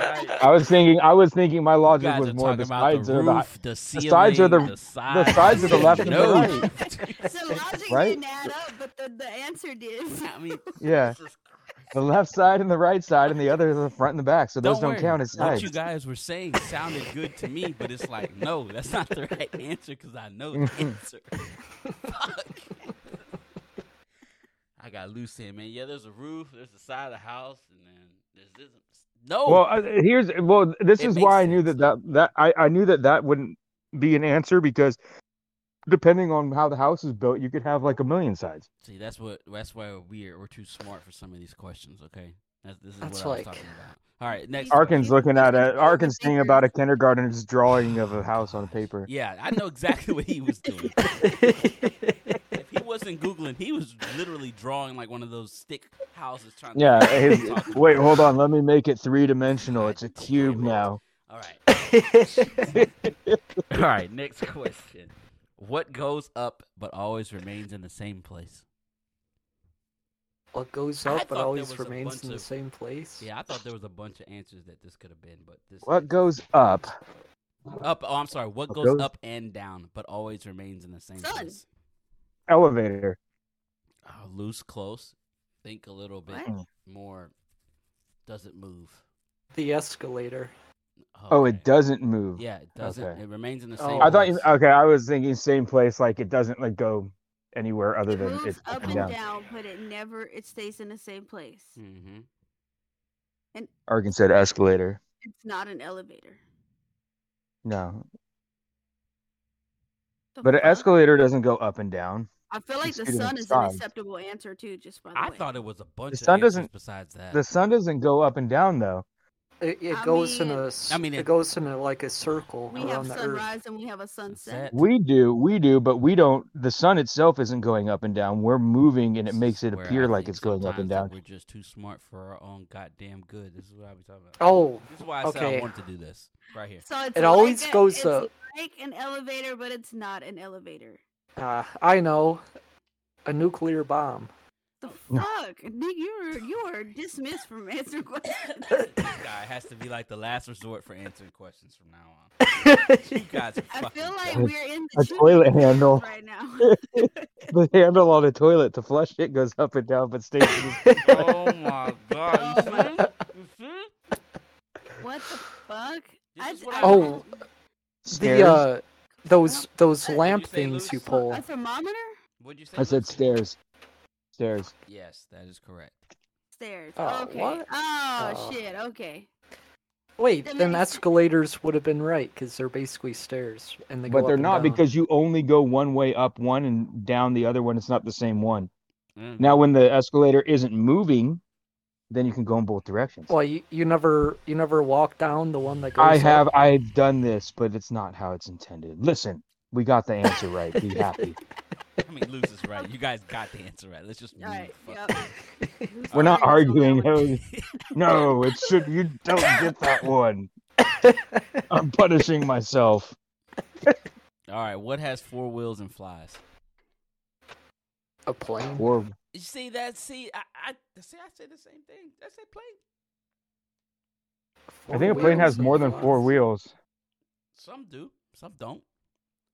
S3: I was thinking. I was thinking. My
S5: You
S3: logic
S5: guys
S3: was
S5: are
S3: more the
S5: talking about
S3: sides
S5: the
S3: or the.
S5: roof, the ceiling,
S3: sides are the-
S5: the,
S3: the
S5: sides,
S3: sides are the left and the
S5: No.
S1: So logic
S3: Right?
S1: didn't add up, but the, the answer did.
S5: I mean,
S3: Yeah,
S5: Jesus Christ.
S3: the left side and the right side, and the other is the front and the back. So those don't,
S5: worry.
S3: count as
S5: What
S3: sides.
S5: you guys were saying sounded good to me, but it's like, no, that's not the right answer because I know the answer. Fuck. I got loose in, man. Yeah, there's a roof, there's the side of the house, and then there's this. No.
S3: Well, uh, here's well,
S5: Oh.
S3: this
S5: It
S3: is
S5: makes
S3: why I knew
S5: sense,
S3: that that that I I knew that that wouldn't be an answer because depending on how the house is built, you could have like a million sides.
S5: See, that's what that's why we're we're too smart for some of these questions. Okay, that's, this is
S2: That's
S5: what I was
S2: like-
S5: talking about. All right, next.
S1: Our
S5: question.
S3: Arkin's looking at a Arkin's thinking about a kindergartner's drawing of a house on paper.
S5: Yeah, I know exactly what he was doing. if he wasn't googling, he was literally drawing like one of those stick houses trying.
S3: Yeah.
S5: To
S3: his- wait, hold on. Let me make it three dimensional. It's a
S5: God
S3: cube
S5: damn it.
S3: now.
S5: All right. All right, next question. What goes up but always remains in the same place?
S2: what goes
S5: I
S2: up
S5: thought
S2: but
S5: there
S2: always
S5: was a
S2: remains in
S5: bunch
S2: the
S5: of-
S2: same place?
S5: Yeah, I thought there was a bunch of answers that this could have been, but this
S3: What goes up?
S5: up? Oh, I'm sorry. What
S3: What
S5: goes
S3: goes-
S5: up and down but always remains in the same
S1: Sun.
S5: place?
S3: Elevator.
S5: Oh, loose, close. Think a little bit
S3: What?
S5: more. Does it move?
S2: The escalator.
S3: Oh,
S5: Okay.
S3: it doesn't move.
S5: Yeah, it doesn't.
S3: Okay.
S5: It remains in the
S2: Oh.
S5: same.
S3: I thought. You,
S5: place.
S3: okay, I was thinking same place. Like it doesn't like go anywhere other
S1: It
S3: than
S1: moves
S3: it's
S1: up and
S3: down.
S1: down, but it never it stays in the same place.
S5: hmm
S1: Oh,
S3: Arkin said escalator.
S1: It's not an elevator.
S3: No,
S1: The
S3: but an
S1: fuck?
S3: escalator doesn't go up and down.
S1: I feel like
S3: it's
S1: the
S3: hidden
S1: sun is an
S3: inside.
S1: acceptable answer too. Just by the
S5: I
S1: way.
S5: thought it was a bunch.
S3: sun
S5: of answers
S3: doesn't-
S5: Besides that,
S3: The sun doesn't go up and down though.
S2: It, it
S1: I
S2: goes in
S1: mean-
S2: a. s-
S5: I mean,
S2: it,
S5: it-
S2: goes in a like a circle
S1: we have
S2: around the earth.
S1: sunrise and we have a sunset.
S5: Sunset.
S3: We do, we do, but we don't. The sun itself isn't going up and down. We're moving, and it
S5: This
S3: makes
S5: is
S3: it
S5: where
S3: appear
S5: I
S3: like
S5: think
S3: it's going up and
S5: sometimes that
S3: down.
S5: We're just too smart for our own goddamn good. This is what I be talking about.
S2: Oh,
S5: This is why I said I
S2: okay.
S5: wanted to do this right here.
S1: So it's
S2: It always
S1: like a-
S2: goes
S1: it's
S2: up.
S1: Like an elevator, but it's not an elevator.
S2: uh, I know. A nuclear bomb.
S1: The
S5: Oh.
S3: No.
S1: fuck, Nick, you are you are dismissed from answering questions.
S5: This guy has to be like the last resort for answering questions from now on. You guys are
S1: I
S5: fucking
S1: feel like
S5: dumb.
S1: we're in the
S3: A
S1: shooting
S3: toilet
S1: range
S3: handle.
S1: right now.
S3: The handle on the toilet to flush it goes up and down, but stays.
S5: Oh my god! You
S1: Mm-hmm.
S5: see? You see?
S1: What the fuck?
S5: This is
S1: d-
S5: what I
S2: Oh,
S1: don't-
S3: Stairs.
S2: The uh, those those
S5: Hey,
S2: lamp
S5: you say
S2: things
S5: loose?
S2: you
S5: Uh,
S2: pull.
S1: a thermometer
S5: What'd you say?
S3: I said
S5: Lucy?
S3: stairs. Stairs.
S5: Yes, that is correct.
S1: stairs.
S2: Oh,
S1: okay.
S2: what?
S1: Oh,
S2: Oh.
S1: shit. Okay.
S2: Wait,
S1: that
S2: then
S1: makes sense.
S2: escalators would have been right because they're basically stairs, and they
S3: but
S2: go up
S3: they're
S2: and down.
S3: not because you only go one way up one and down the other one. It's not the same one.
S5: Mm.
S3: Now, when the escalator isn't moving, then you can go in both directions.
S2: Well, you, you never you never walk down the one that goes.
S3: I
S2: up?
S3: have I've done this, but it's not how it's intended. Listen, we got the answer right. Be happy.
S5: I mean, lose is right. You guys got the answer right. Let's just move
S1: All right.
S5: the fuck
S1: Yep.
S3: We're not
S1: Sorry,
S3: arguing.
S1: someone-
S3: Hillary. No, it should you don't get that one. I'm punishing myself.
S5: All right, what has four wheels and flies?
S2: a plane.
S3: Or
S5: You see that? See, I, I see. I said the same thing. I said plane.
S3: I think a plane has more than four wheels.
S5: Some do, some don't.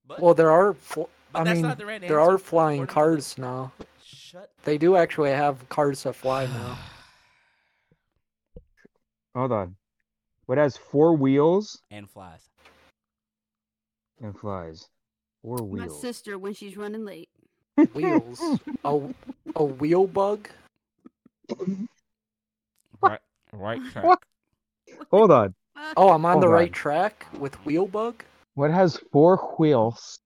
S5: But,
S2: Well, there are. Fl-
S5: but
S2: I
S5: that's
S2: mean,
S5: not the right
S2: there are
S5: answer.
S2: flying
S5: According to-
S2: cars now.
S5: Shut.
S2: They do actually have cars that fly now.
S3: Hold on. What has four wheels
S5: And flies.
S3: and flies? Four
S1: My
S3: wheels.
S1: sister when she's running late.
S2: Wheels. A a wheel bug.
S5: Right, right track.
S3: What? Hold on.
S1: Fuck.
S2: Oh, I'm on
S3: Hold
S2: the right
S3: on.
S2: track with wheel bug.
S3: What has four wheels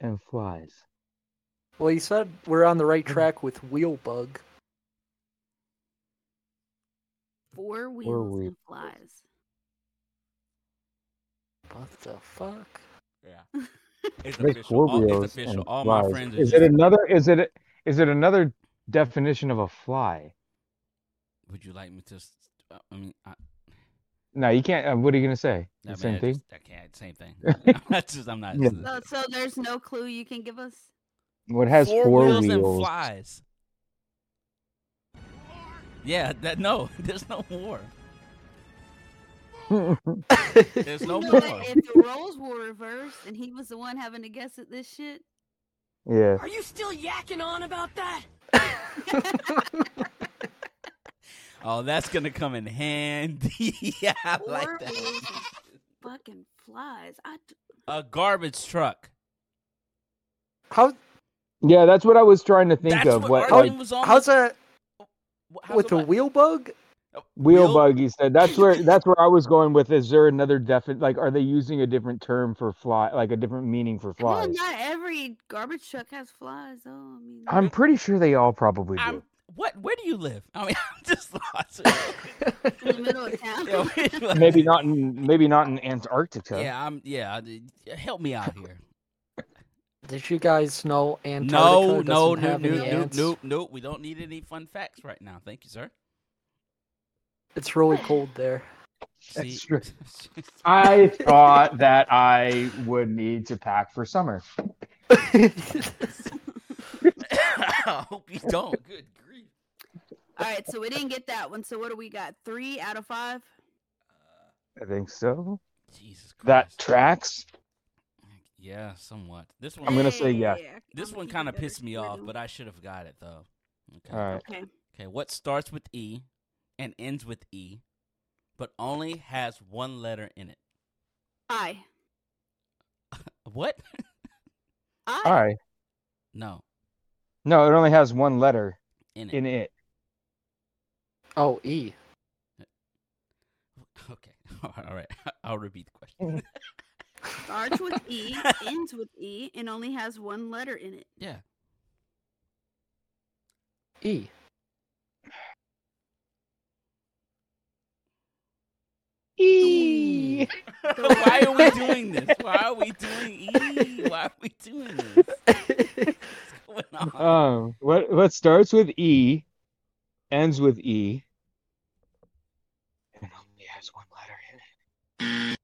S3: and flies?
S2: Well, you said we're on the
S5: Hmm.
S2: right track with wheel bug.
S1: Four wheels
S3: wheels.
S1: and flies.
S2: What the fuck?
S5: Yeah. It's
S3: There's
S5: official.
S3: four
S5: All,
S3: wheels
S5: it's official.
S3: and
S5: All my
S3: flies.
S5: friends are
S3: Is
S5: just,
S3: it another? Is it? Is it another definition of a fly?
S5: uh, Would you like me to? s- I mean, I,
S3: No, you can't. Uh, what are you gonna say?
S5: I
S3: The same
S5: mean, I
S3: thing.
S5: just- I can't. Same thing. That's just I'm not.
S3: Yeah.
S1: So, so there's no clue you can give us.
S3: What has
S5: four,
S3: four,
S5: wheels,
S3: wheels?
S5: and flies. Yeah, that no, there's no more. There's no
S1: You know
S5: more.
S1: what? If the roles were reversed and he was the one having to guess at this shit,
S3: yeah.
S4: Are you still yakking on about that?
S5: Oh, that's gonna come in handy. yeah, I like
S1: Four
S5: that.
S1: wheels and fucking flies. I d-
S5: A garbage truck.
S2: How
S3: Yeah, that's what I was trying to think
S5: that's
S3: of.
S5: what,
S3: What
S5: Arden
S3: like
S5: was on
S2: how's that
S5: wh- how's
S2: with
S5: the
S2: the
S5: what?
S2: wheel bug?
S3: wheel,
S5: wheel-
S3: bug you said. That's where that's where I was going with. Is there another definite like are they using a different term for fly like a different meaning for
S1: well,
S3: flies?
S1: not every garbage truck has flies, though. I mean,
S3: I'm pretty sure they all probably do.
S5: I'm, what? Where do you live? I mean, I'm just lost.
S1: in the middle of town.
S5: Yeah, we-
S3: Maybe not in maybe not in Antarctica.
S5: Yeah, I'm. Yeah, I- help me out here.
S2: Did you guys know Antarctica
S5: No,
S2: doesn't
S5: no, no,
S2: have
S5: no,
S2: any
S5: no,
S2: ants?
S5: no, no. We don't need any fun facts right now. Thank you, sir.
S2: It's really cold there.
S3: That's
S5: See-
S3: true. I thought that I would need to pack for summer.
S5: I hope you don't. Good grief.
S1: All right, so we didn't get that one. So what do we got? Three out of five.
S3: I think so.
S5: Jesus Christ.
S3: That tracks.
S5: Yeah, somewhat. This one.
S3: I'm gonna say yeah.
S1: Hey, I-
S5: This
S1: I'm
S5: one
S1: keeping
S5: kind of
S1: better
S5: pissed me
S1: score
S5: off,
S1: than-
S5: but I should have got it though. Okay.
S3: All right.
S1: okay.
S5: Okay. What starts with E, and ends with E, but only has one letter in it.
S1: I.
S5: What?
S1: I.
S3: All right.
S5: No.
S3: No, it only has one letter
S5: In it.
S3: in it.
S2: Oh, E.
S5: Okay. All right. I'll repeat the question.
S1: Starts with E, ends with E, and only has one letter in it.
S5: Yeah.
S2: E. E.
S5: Why are we doing this? Why are we doing E? Why are we doing this? What's going on?
S3: Um, what what starts with E, ends with E, and only has one letter in it.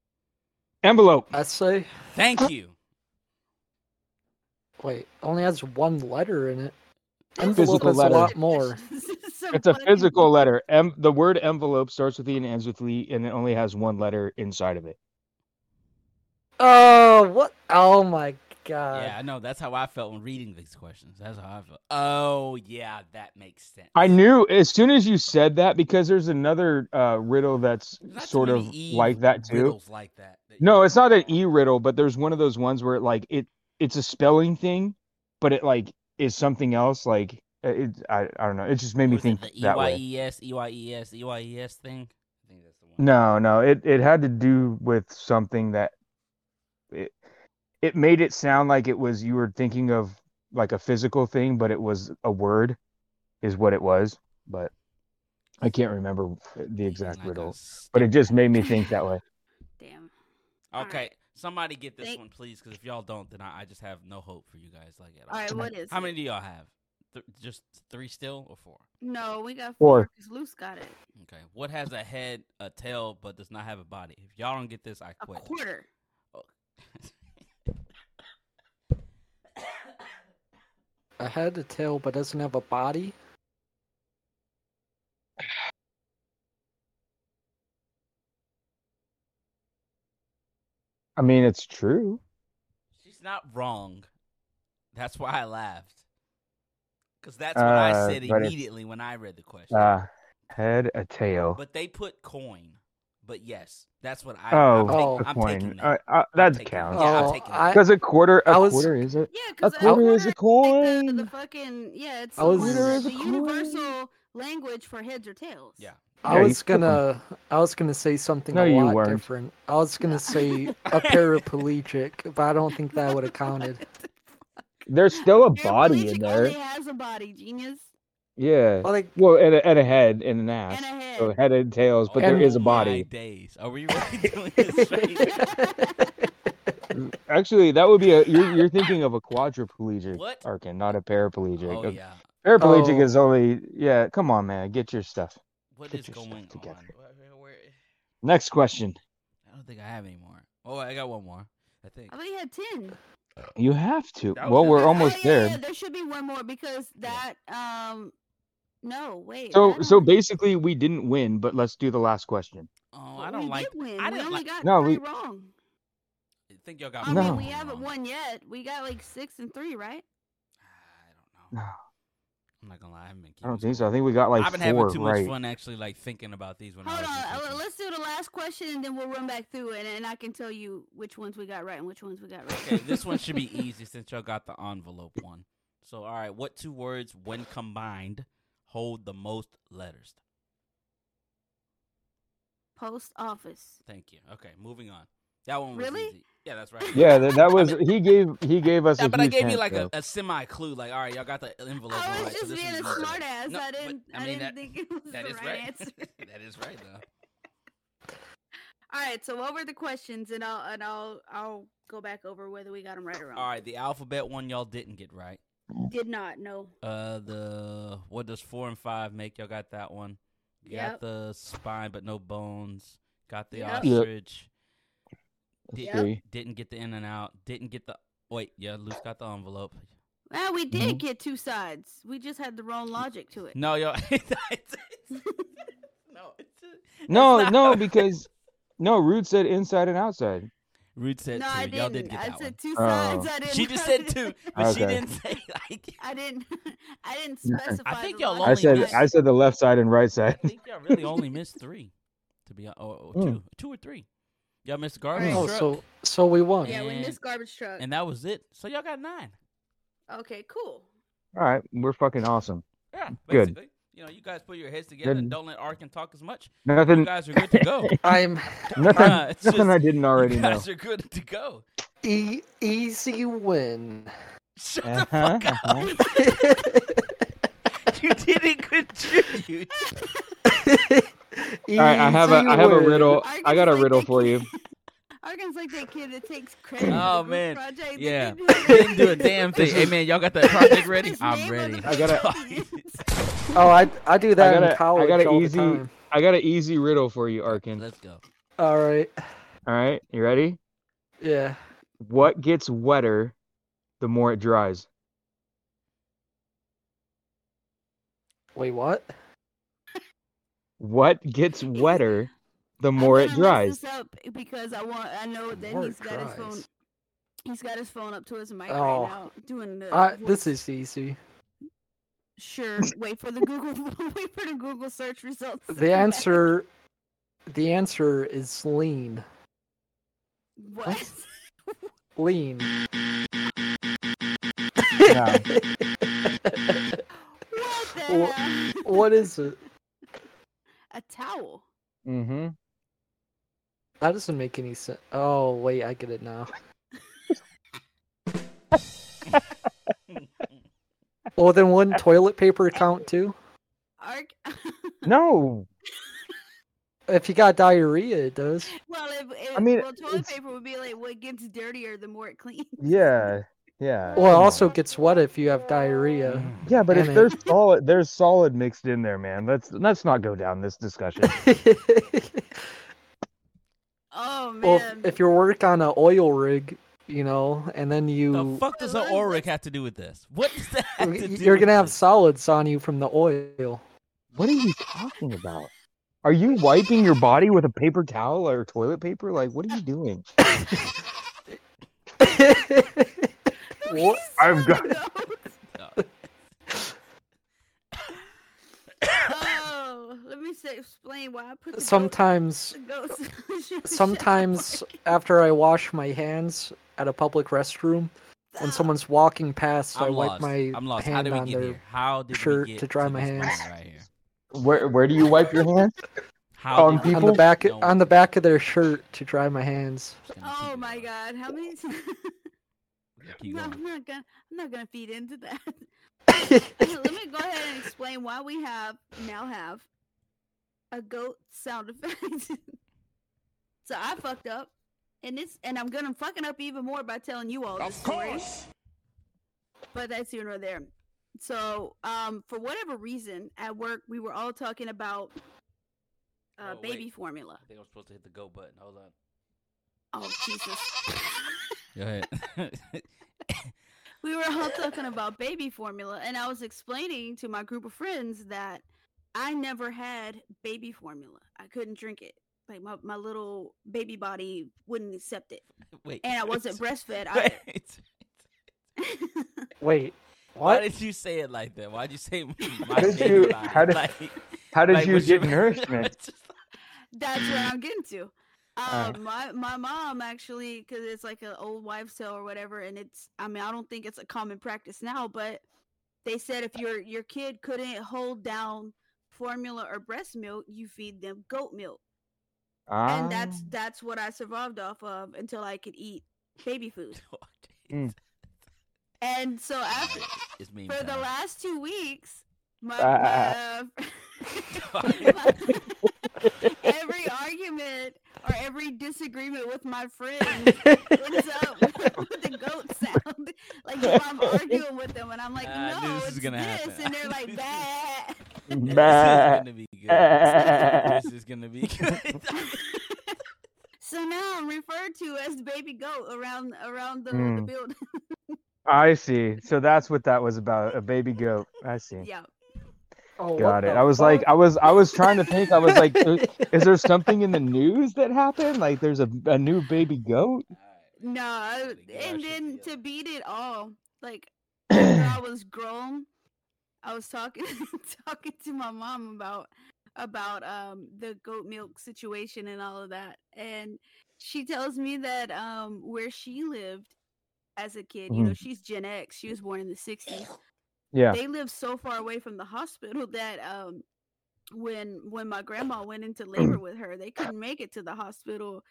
S3: Envelope.
S2: I say,
S3: Uh,
S5: Thank you.
S2: wait, only has one letter in it.
S1: That's
S2: Envelope
S3: Physical
S2: has
S3: letter.
S2: a lot more.
S1: This is so
S3: It's a
S1: fucking
S3: physical
S1: bull-
S3: letter. Em- the word envelope starts with E and ends with E, and it only has one letter inside of it.
S2: Oh, what? Oh my god.
S5: yeah, I know. That's how I felt when reading these questions. That's how I felt. Oh, yeah, that makes sense.
S3: I knew as soon as you said that because there's another uh, riddle that's
S5: There's not too
S3: sort
S5: many
S3: of
S5: E
S3: like that too.
S5: riddles like that. that you
S3: No,
S5: can
S3: it's not an
S5: solve.
S3: E riddle, but there's one of those ones where it like it it's a spelling thing, but it like is something else. Like uh, it, I I don't know. It just made me
S5: Was it
S3: think
S5: the E
S3: that way.
S5: EYES, EYES, EYES E thing. I think that's the one.
S3: No, no, it it had to do with something that it it made it sound like it was you were thinking of like a physical thing, but it was a word, is what it was. But I can't remember the exact
S5: Like a
S3: riddle, but it just made me think that way.
S1: Damn.
S5: st- Okay,
S1: Alright.
S5: somebody get this
S1: Thank-
S5: one, please, because if y'all don't, then I, I just have no hope for you guys. Like, at all.
S1: All right, what is
S5: How
S1: it?
S5: many do y'all have? Th- just three still or four?
S1: No, we got
S3: Four.
S1: four because Luce got it.
S5: Okay. What has a head, a tail, but does not have a body? If y'all don't get this, I
S1: A
S5: quit.
S1: quarter.
S2: A head, a tail, but doesn't have a body.
S3: I mean, it's true.
S5: She's not wrong. That's why I laughed. Because that's what I
S3: Uh,
S5: said
S3: but it's-
S5: immediately when I read the question.
S3: Uh, head, a tail.
S5: but they put coin. But yes, that's what I.
S3: Oh,
S5: I'm, take-
S2: Oh.
S3: a
S5: I'm
S3: coin.
S5: taking that.
S3: All right, uh,
S5: I'm
S3: that
S5: taking
S3: counts.
S5: Yeah, I'll
S2: Oh,
S5: take it.
S2: I-
S3: Because a quarter, a
S2: I was-
S3: quarter is it?
S1: Yeah,
S3: A
S1: because
S3: quarter
S1: like
S3: is a
S1: the, the
S3: coin.
S1: fucking yeah, it's
S2: I
S1: the,
S2: was-
S1: one-
S2: Quarter is
S1: the
S3: a coin.
S1: universal language for heads or tails.
S5: Yeah.
S2: I
S3: Yeah, you
S2: was
S3: took 'em.
S2: gonna, I was gonna say something
S3: No,
S2: a
S3: you
S2: lot
S3: weren't.
S2: different. I was gonna say a paraplegic, but I don't think that would have counted.
S3: There's still a
S1: Paraplegic
S3: body in there.
S1: Only has a body, genius,
S5: Oh,
S3: Yeah.
S2: Well, like,
S3: Well, and a, and a head and
S1: and
S3: an
S1: a
S3: ass.
S1: head.
S3: So head and tails, but there
S2: And-
S3: is a
S5: my
S3: body.
S5: Days. Are we really doing this? Right
S3: Actually, that would be a. You're, you're thinking of a quadriplegic,
S5: What?
S3: Arkin, not a paraplegic.
S5: oh
S3: A
S5: yeah.
S3: Paraplegic
S2: Oh.
S3: is only. Yeah, come on, man. Get your stuff.
S5: What
S3: Get
S5: is
S3: your stuff
S5: going on?
S3: together.
S5: Where- where-
S3: Next question.
S5: I don't think I have any more. Oh, I got one more. I think.
S1: I thought you had ten.
S3: You have to.
S5: That was
S3: Well,
S5: it.
S3: we're
S1: Oh,
S3: almost
S1: yeah, yeah, yeah,
S3: there.
S1: There should be one more because that. Um, no, wait. I
S3: So
S1: don't-
S3: so basically we didn't win, but let's do the last question.
S5: Oh,
S1: but
S5: I
S1: we
S5: don't like.
S1: Did win.
S5: I
S1: we
S5: didn't
S1: only
S5: like-
S1: got
S3: No,
S1: three
S3: we-
S1: wrong.
S5: I think y'all got.
S1: I
S5: one
S1: mean,
S3: No.
S1: we
S5: wrong.
S1: haven't won yet. We got like six and three, right?
S5: Ah, I don't know.
S3: No,
S5: I'm not gonna lie. I haven't been.
S3: I
S5: keeping
S3: don't think
S5: score.
S3: so. I think we got like
S5: I've been
S3: four
S5: having too
S3: right.
S5: much fun actually, like thinking about these. When
S1: Hold
S5: I wasn't
S1: on. uh,
S5: thinking.
S1: Let's do the last question and then we'll run back through it, and I can tell you which ones we got right and which ones we got right.
S5: Okay, this one should be easy since y'all got the envelope one. So, all right, what two words, when combined, hold the most letters?
S1: Post office.
S5: Thank you. Okay, moving on. That one was
S1: Really?
S5: easy. Yeah, that's right.
S3: Yeah, that, that was
S5: I mean-
S3: he gave he gave us
S5: Yeah,
S3: a
S5: but I
S3: huge
S5: gave you
S3: hint,
S5: like
S3: though.
S5: a, a semi clue. Like, all right, y'all got the envelope.
S1: I was
S5: all right, so
S1: just
S5: this
S1: being a
S5: one's easy.
S1: smart ass.
S5: No,
S1: I
S5: but,
S1: didn't. I,
S5: mean,
S1: didn't
S5: that-
S1: think it was
S5: that
S1: the
S5: is
S1: right, answer.
S5: that is right though.
S1: All right. So what were the questions, and I'll and I'll I'll go back over whether we got them right or wrong.
S5: All right, the alphabet one y'all didn't get right.
S1: Did not. No.
S5: Uh, the what does four and five make? Y'all got that one. You
S1: Yep.
S5: Got the spine but no bones. Got the
S1: Yep.
S3: Yeah.
S5: ostrich. Did,
S3: Three.
S5: Didn't get the in and out. Didn't get the wait. Yeah, Luce got the envelope.
S1: Well, we did
S3: Mhm.
S1: get two sides. We just had the wrong logic to it.
S5: Mm-hmm. No, yo. it's- no, it's- it's
S3: No,
S5: not.
S3: no, because no, Rude said inside and outside.
S5: Ruth said
S1: No,
S5: two.
S1: I
S5: Y'all
S1: didn't.
S5: did get
S1: I
S5: that
S1: said
S5: one.
S1: two
S3: Oh.
S1: sides. I didn't.
S5: She just said two, but she
S3: Okay.
S5: didn't say like.
S1: I didn't. I didn't
S3: I
S1: specify.
S5: think
S1: the
S5: y'all
S1: logic.
S3: I
S5: Only
S3: said
S5: missed-
S3: I said the left side and right
S5: I
S3: side.
S5: think y'all really only missed three, to be hon- or, or
S3: Hmm.
S5: two, two or three. Y'all missed garbage
S2: Oh,
S5: truck,
S2: so so we won.
S1: yeah, we
S5: and-
S1: missed garbage truck.
S5: and that was it. So y'all got nine.
S1: Okay, cool.
S3: All right, we're fucking awesome.
S5: Yeah,
S3: Good.
S5: basically. You know, you guys put your heads together and
S3: Good.
S5: don't let Arkin talk as much. You
S3: Nothing,
S5: guys are good to go. You
S2: I'm
S3: nothing,
S5: Nah, it's
S3: nothing
S5: just-
S3: I didn't already know.
S5: guys are good to go.
S2: e- easy win.
S5: Shut
S3: Uh-huh,
S5: the fuck up. you didn't contribute.
S2: All
S3: All right, I have a I have a riddle. I got a
S1: Arkansas
S3: riddle
S1: Tech
S3: for you.
S1: Argan's like that kid that takes credit. for the
S5: Oh,
S1: group
S5: man.
S1: project. They
S5: Yeah.
S1: didn't do
S5: didn't do a damn thing. Hey man, y'all got that project
S1: That's
S5: ready?
S1: his
S5: I'm
S1: name on the
S5: ready.
S3: I gotta-
S1: project.
S2: Oh, I I do that
S3: got a- I
S2: in college
S3: got a
S2: all
S3: easy-
S2: the time.
S3: I got an easy riddle for you, Arkin.
S5: Let's go.
S2: All right.
S3: All right, you ready?
S2: Yeah.
S3: What gets wetter the more it dries?
S2: Wait, what?
S3: What gets wetter the more
S1: I'm
S3: it
S1: gonna mess
S3: dries?
S1: This up because I want. I know that
S2: More
S1: he's
S2: it
S1: got his phone.
S2: dries.
S1: He's got his phone up to his mic
S2: Oh.
S1: right now, doing the.
S2: I,
S1: voice.
S2: this is easy.
S1: sure. Wait for the Google. wait for the Google search results. to come
S2: The
S1: back.
S2: answer, the answer is lean.
S1: What?
S2: Lean.
S3: Yeah.
S1: what the
S2: Wha-
S1: hell?
S2: what is it?
S1: A towel.
S3: Mm-hmm.
S2: That doesn't make any sense. Oh wait, I get it now. Well, then wouldn't toilet paper count too?
S1: Arc.
S3: No,
S2: If you got diarrhea, it does.
S1: well, if, if
S3: mean,
S1: well, toilet
S3: it's-
S1: paper would be like what gets dirtier the more it cleans.
S3: yeah, yeah.
S2: Well, it
S3: come
S2: also gets wet if you have diarrhea.
S3: on. Yeah, but if
S2: Damn it.
S3: there's solid, there's solid mixed in there, man. Let's let's not go down this discussion.
S1: Oh man.
S2: well, if, if you work on an oil rig, you know, and then
S5: The
S2: you
S5: fuck does an
S1: Well,
S5: auric
S1: let's-
S5: have to do with this? What does that have
S2: y-
S5: to do
S2: you're
S5: with
S2: gonna have
S5: this?
S2: solids on you from the oil.
S3: What are you talking about? Are you wiping your body with a paper towel or toilet paper? Like, what are you doing?
S2: what?
S3: I've got-
S5: No.
S1: oh, let me say, explain why I put the
S2: Sometimes,
S1: Goat, the goat solution-
S2: sometimes after I wash my hands at a public restroom, when
S1: Ah,
S2: someone someone's walking past, i
S5: I'm
S2: wipe
S5: lost.
S2: my
S5: I'm lost. How
S2: hand
S5: did we
S2: on
S5: get
S2: their.
S5: here? How did
S2: shirt
S5: we get
S2: to dry my
S5: this moment
S2: hands.
S5: right here?
S3: Where where do you wipe your hands?
S5: How
S3: On
S5: did we
S2: On
S3: people?
S2: the
S5: get-
S2: back,
S5: No,
S2: on the back of their shirt to dry my hands.
S5: we're gonna keep
S1: Oh
S5: it
S1: my
S5: going.
S1: god, how many?
S5: We're gonna keep
S1: no,
S5: going.
S1: I'm not gonna. I'm not gonna feed into that. Let me go ahead and explain why we have now have a goat sound effect. so I fucked up, and it's and I'm gonna fucking up even more by telling you all. This story. but that's here nor there. So, um, for whatever reason, at work we were all talking about uh,
S5: Oh,
S1: baby
S5: wait.
S1: formula.
S5: I think I was supposed to hit the go button. Hold on.
S1: Oh Jesus.
S5: Go ahead.
S1: we were all talking about baby formula and i was explaining to my group of friends that i never had baby formula i couldn't drink it like my, my little baby body wouldn't accept it
S5: Wait.
S1: and i wasn't breastfed
S5: Wait.
S1: either
S2: Wait,
S5: Why
S2: what?
S5: did you say it like that? Why'd you say my
S3: did
S5: baby
S3: you-
S5: body?
S3: how did-
S5: Like-
S3: How did
S5: like,
S3: you
S5: what
S3: get nourishment?
S1: that's what i'm getting to uh,
S3: Uh.
S1: my my mom actually because it's like an old wives tale or whatever and it's i mean i don't think it's a common practice now but they said if your your kid couldn't hold down formula or breast milk you feed them goat milk
S3: Ah,
S1: and that's that's what I survived off of until I could eat baby food.
S5: oh,
S3: Mm.
S1: And so after
S5: It's me.
S1: for the last two weeks, my,
S2: Ah.
S1: my, uh, every argument or every disagreement with my friends ends up with the goat sound. Like if I'm arguing with them, and I'm like,
S5: Ah, I knew
S1: no,
S5: this was
S1: it's
S5: gonna
S1: this,
S5: happen.
S1: and they're like, bah.
S5: This is gonna be good. this is gonna be good.
S1: So now I'm referred to as the baby goat around around the, the
S3: Mm.
S1: building.
S3: I see. So that's what that was about. A baby goat. I see.
S1: yeah.
S2: Oh, what
S3: Got it.
S2: the
S3: I was like,
S2: fuck?
S3: I was, I was trying to think. I was like, "Is- is there something in the news that happened? Like, there's a, a new baby goat.
S1: No, I-
S5: Really good, I
S1: and
S5: should
S1: then
S5: be, uh,
S1: to beat it all, like after I was grown, I was talking talking to my mom about about um the goat milk situation and all of that, and she tells me that um where she lived as a kid, you know, she's Gen X, she was born in the '60s.
S3: Yeah.
S1: They lived so far away from the hospital that um when when my grandma went into labor with her, they couldn't make it to the hospital.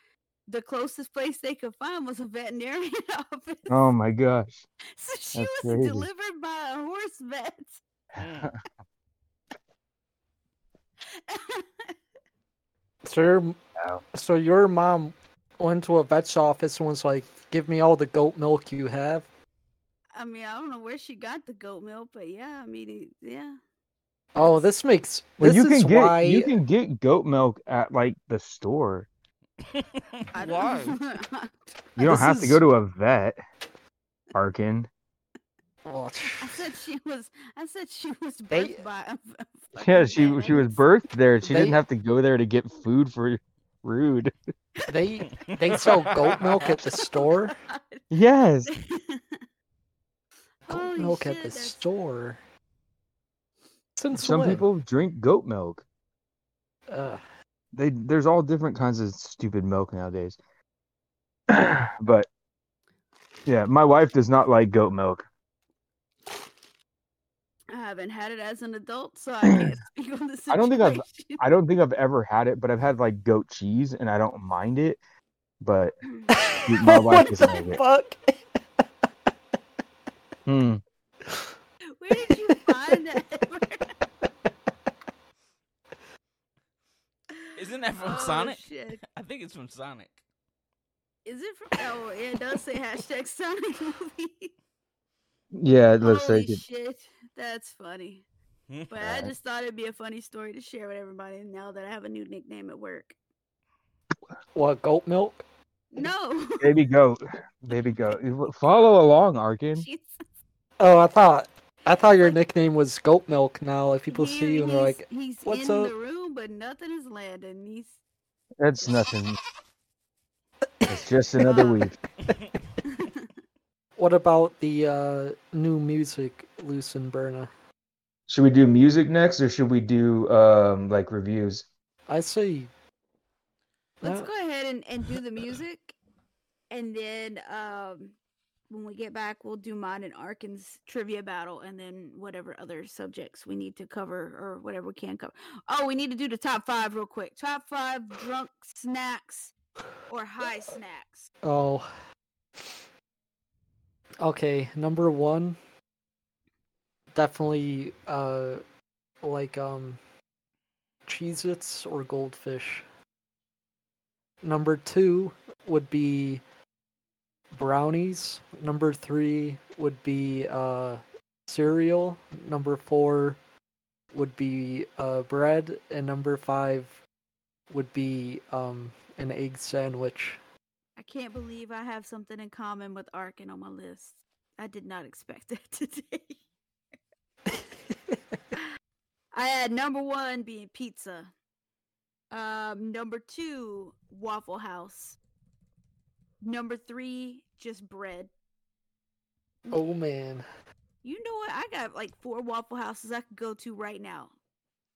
S1: The closest place they could find was a veterinarian office.
S3: Oh my gosh.
S1: So she
S3: That's
S1: was
S3: crazy.
S1: delivered by a horse vet.
S2: So your,
S3: Wow.
S2: so your mom went to a vet's office and was like, "Give me all the goat milk you have."
S1: I mean, I don't know where she got the goat milk, but yeah, I mean, it- yeah.
S2: Oh, this makes
S3: Well,
S2: this
S3: you can
S2: is
S3: get
S2: why
S3: you can get goat milk at like the store.
S1: I don't-
S3: You don't
S2: This
S3: have to
S2: is-
S3: go to a vet. Arkin.
S2: Oh,
S1: I said she was. I said she was birthed
S2: They-
S1: by. A, a
S3: Yeah,
S1: fucking
S3: she
S1: vet.
S3: she was birthed there. She
S2: They-
S3: didn't have to go there to get food for rude.
S2: they they sell goat milk at the store.
S3: Yes.
S2: Goat
S1: Holy
S2: milk
S1: shit,
S2: at the
S1: that's-
S2: store. Since
S3: Some
S2: when?
S3: people drink goat milk.
S2: Ugh.
S3: They there's all different kinds of stupid milk nowadays. but yeah, my wife does not like goat milk.
S1: I haven't had it as an adult, so I can't speak on the situation.
S3: I don't think I've- I don't think I've ever had it, but I've had like goat cheese and I don't mind it. But my wife
S2: what the
S3: doesn't like it.
S2: fuck?
S3: Hmm.
S1: Where did you find that?
S5: Isn't that from
S1: Oh,
S5: Sonic?
S1: shit.
S5: I think it's from Sonic.
S1: Is it from? Oh, yeah, it does say hashtag Sonic movie.
S3: Yeah, it looks
S1: Holy
S3: like it.
S1: shit, that's funny. But I just thought it'd be a funny story to share with everybody now that I have a new nickname at work.
S2: What goat milk?
S1: No,
S3: Baby goat. Baby goat. Follow along, Arkin.
S1: she's
S2: Oh, I thought I thought your nickname was goat milk. Now, if people
S1: here,
S2: see you and they're
S1: he's-
S2: like,
S1: he's
S2: "What's
S1: in
S2: up?"
S1: the room, but nothing is landing. He's
S3: That's nothing. It's just another
S1: Uh,
S3: week.
S2: "What about the uh, new music, Lucin Berna?"
S3: Should we do music next, or should we do um like reviews?
S2: I see.
S1: let's
S2: No.
S1: go ahead and, and do the music, and then um, when we get back, we'll do mine and Arkin's trivia battle, and then whatever other subjects we need to cover or whatever we can cover. Oh, we need to do the top five real quick. Top five drunk snacks or high snacks.
S2: Oh. Okay, number one. Definitely, uh, like, um, Cheez Its or Goldfish. Number two would be brownies. Number three would be, uh, cereal. Number four would be, uh, bread. And number five would be um an egg sandwich.
S1: I can't believe I have something in common with Arkin on my list. I did not expect that today. I had number one being pizza. Um, number two, Waffle House. Number three, just bread.
S2: Oh man.
S1: You know what? I got like four Waffle Houses I could go to right now.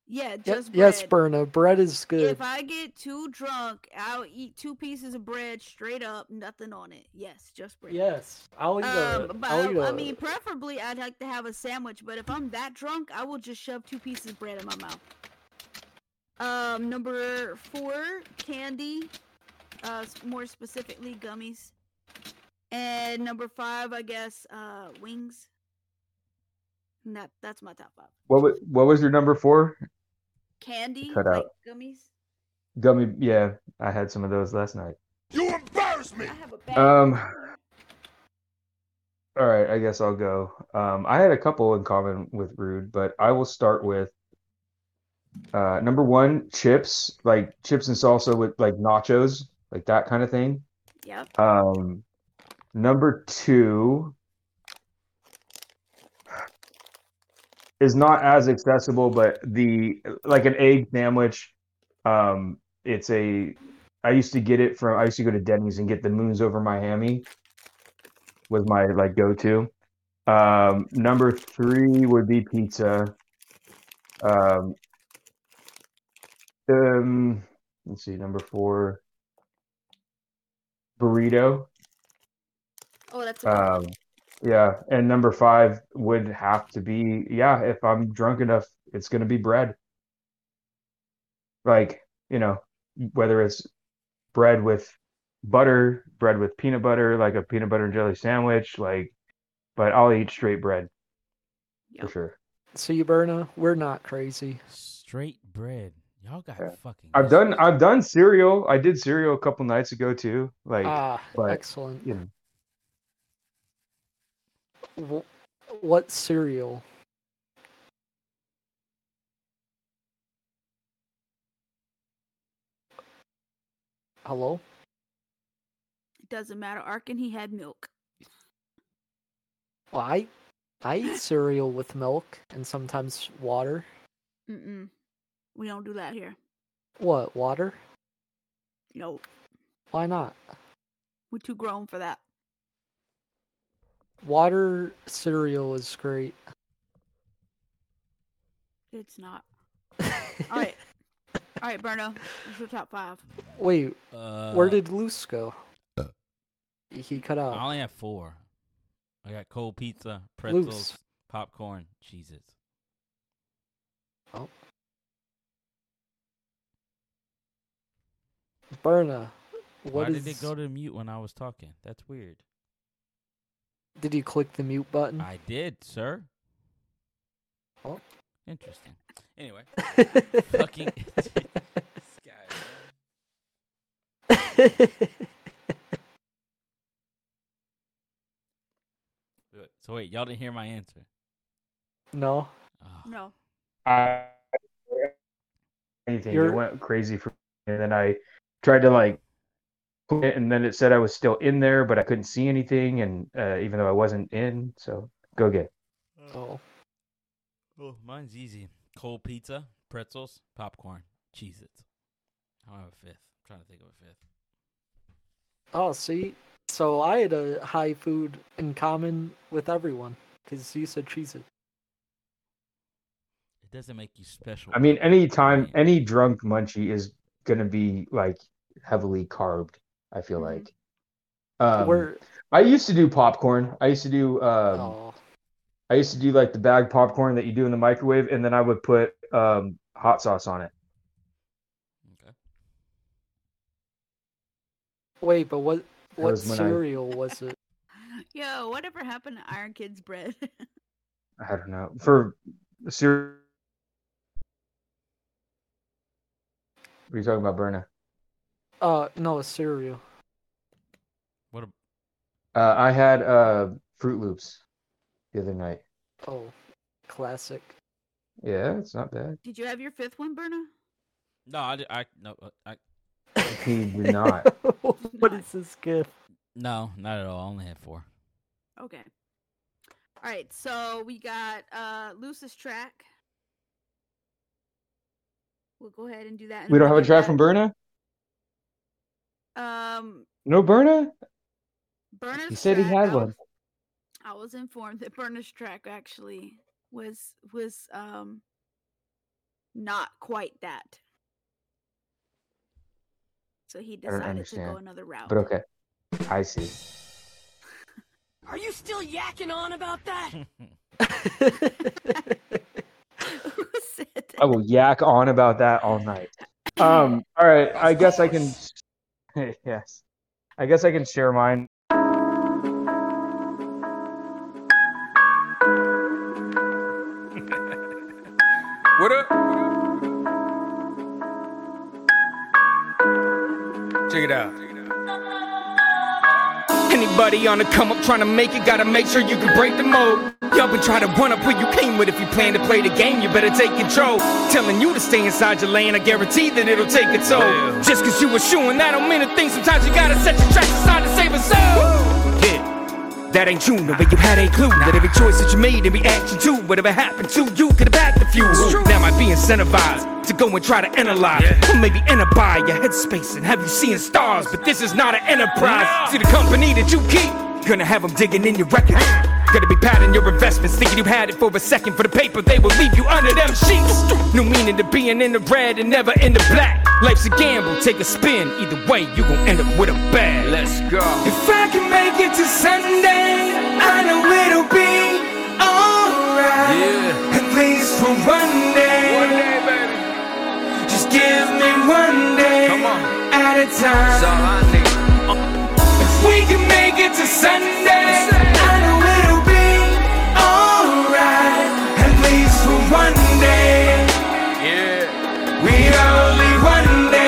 S1: Yeah,
S2: Ye-
S1: just bread.
S2: yes, Berna, bread is good.
S1: If I get too drunk, I'll eat two pieces of bread straight up, nothing on it. Yes, just bread.
S2: Yes, I'll eat a.
S1: Um, but
S2: I'll eat
S1: I, I
S2: a-
S1: mean, preferably I'd like to have a sandwich. But if I'm that drunk, I will just shove two pieces of bread in my mouth. Um, number four, candy. Uh, s- more specifically, gummies. And number five, I guess, uh, wings. And that that's my top five.
S3: What was, what was your number four?
S1: Candy,
S3: Cut
S1: like gummies.
S3: Gummy. Yeah, I had some of those last night.
S7: You embarrass me!
S1: I have a bag.
S3: Um, All right, I guess I'll go. Um, I had a couple in common with Rude, but I will start with uh, number one, chips, like chips and salsa with like nachos, like that kind of thing.
S1: Yep.
S3: Um, number two is not as accessible, but the like an egg sandwich. Um, it's a I used to get it from I used to go to Denny's and get the Moons Over Miami was my like go-to. Um, number three would be pizza. Um, um, let's see, number four, burrito.
S1: Oh, that's a good one.
S3: Um, yeah, and number five would have to be, yeah, if I'm drunk enough, it's gonna be bread. Like, you know, whether it's bread with butter, bread with peanut butter, like a peanut butter and jelly sandwich, like, but I'll eat straight bread for
S1: Yep.
S3: sure.
S2: See, Berna, we're not crazy.
S5: Straight bread. Y'all got
S3: Yeah.
S5: fucking.
S3: I've done,
S5: issues.
S3: I've done cereal. I did cereal a couple nights ago too. Like,
S2: Ah,
S3: but-
S2: excellent.
S3: you know,
S2: Wh- What cereal? Hello?
S1: It doesn't matter. Arkin, he had milk.
S2: Well, I, I eat cereal with milk and sometimes water.
S1: Mm-mm. We don't do that here.
S2: What, water?
S1: No,
S2: Why not?
S1: we're too grown for that.
S2: Water cereal is great.
S1: It's not. All right. All right, Berno. What's your top five?
S2: Wait,
S5: Uh,
S2: where did Luce go?
S3: Uh,
S2: He cut out.
S5: I only have four. I got cold pizza, pretzels,
S2: Loose.
S5: popcorn, cheeses.
S2: Berna,
S5: Why
S2: what is?
S5: did it go to mute when I was talking? That's weird.
S2: Did you click the mute button?
S5: I did, sir.
S2: Mm. Oh.
S5: Interesting. Anyway, fucking this guy, man. Wait, So wait, y'all didn't hear my answer.
S2: no,
S5: Oh,
S1: No.
S3: I anything.
S2: You're-
S3: It went crazy for me, and then I tried to like put it, and then it said I was still in there, but I couldn't see anything, and uh, even though I wasn't in, so go get. it.
S2: oh,
S5: Oh, mine's easy. Cold pizza, pretzels, popcorn, Cheez-Its. I don't have a fifth. I'm trying to think of a fifth.
S2: oh. See, so I had a high food in common with everyone because you said cheese.
S5: It doesn't make you special.
S3: I mean, any time,
S5: Man.
S3: any drunk munchie is gonna be like heavily carved. I feel
S2: Mm-hmm.
S1: Mhm.
S3: like. Um,
S2: We're
S3: I used to do popcorn. I used to do. Um,
S2: oh,
S3: I used to do like the bag popcorn that you do in the microwave, and then I would put um, hot sauce on it.
S5: Okay.
S2: wait, but what what
S3: was when I-
S2: cereal was it?
S1: Yo, whatever happened to Iron Kid's bread?
S3: I don't know for serious. What are you talking about, Berna?
S2: Uh, no, cereal.
S5: What a
S3: Uh, I had uh Fruit Loops the other night.
S2: Oh, classic.
S3: Yeah, it's not bad.
S1: Did you have your fifth one, Berna?
S5: No, I, di- I no, uh, I
S3: He did not.
S2: what is this gift?
S5: no, not at all. I only had four.
S1: Okay. All right, so we got uh Lucis track. We'll go ahead and do that. and
S3: We
S1: then
S3: don't have a
S1: do
S3: track
S1: that.
S3: from Berna?
S1: Um,
S3: No Berna?
S1: Berna's
S3: He said he
S1: track,
S3: had
S1: I
S3: one.
S1: was- I was informed that Berna's track actually was was um not quite that. So he
S3: don't
S1: decided to go
S3: understand,
S1: another route.
S3: But okay. I see.
S4: Are you still yakking on about that?
S1: Who said that?
S3: I will yak on about that all night. Um, all right, I guess I can. yes, I guess I can share mine.
S7: What up? Check it out. Anybody on the come up trying to make it, gotta make sure you can break the mold. Y'all been trying to one up where you came with. If you plan to play the game, you better take control. Telling you to stay inside your lane, I guarantee that it'll take its toll. Just cause you were shooing, that don't mean a thing. Sometimes you gotta set your tracks aside to save a soul. Yeah. That ain't you, no, but you had a clue that every choice that you made and reaction to whatever happened to you could have had the fuse. Now might be incentivized to go and try to analyze, or maybe enter by your headspace and have you seeing stars. But this is not an enterprise. See the company that you keep, gonna have them digging in your records. Gotta be padding your investments, thinking you had it for a second for the paper. They will leave you under them sheets. No meaning to being in the red and never in the black. Life's a gamble, take a spin. Either way, you gon' end up with a bag. Let's go. If I can make it to Sunday, I know it'll be alright. Yeah. At least for one day. One day, baby. Just give me one day. Come on. At a time. That's all I need. If we can make it to Sunday, I know it'll be alright. At least for one day. Yeah. We only one day.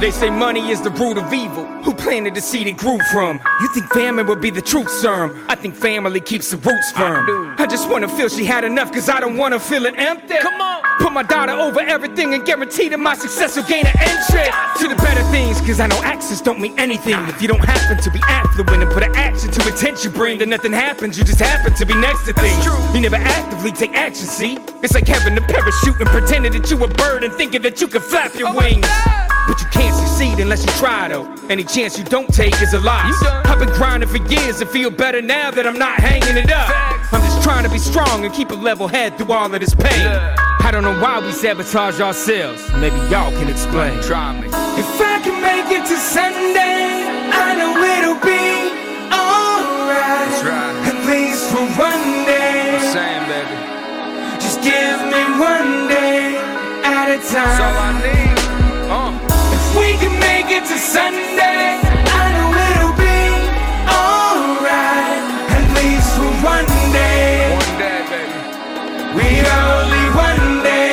S7: They say money is the root of evil. Who planted the seed it grew from? You think famine would be the truth serum? I think family keeps the roots firm. I, just wanna feel she had enough, cause I don't wanna feel it empty. Come on. Put my daughter over everything and guarantee that my success will gain an entry to the better things, cause I know access don't mean anything. If you don't happen to be affluent and put an action to intent you bring, then nothing happens. You just happen to be next to things. You never actively take action, see? It's like having a parachute and pretending that you a bird and thinking that you can flap your wings. But you can't succeed unless you try though. Any chance you don't take is a loss. I've been grinding for years and feel better now that I'm not hanging it up. I'm just trying to be strong and keep a level head through all of this pain. I don't know why we sabotage ourselves. Maybe y'all can explain. Try me. If I can make it to Sunday, I know it'll be alright. At least for one day. Just give me one day at a time. If we can make it to Sunday, I know it'll be alright. At least for one day. One day, baby. We only one day.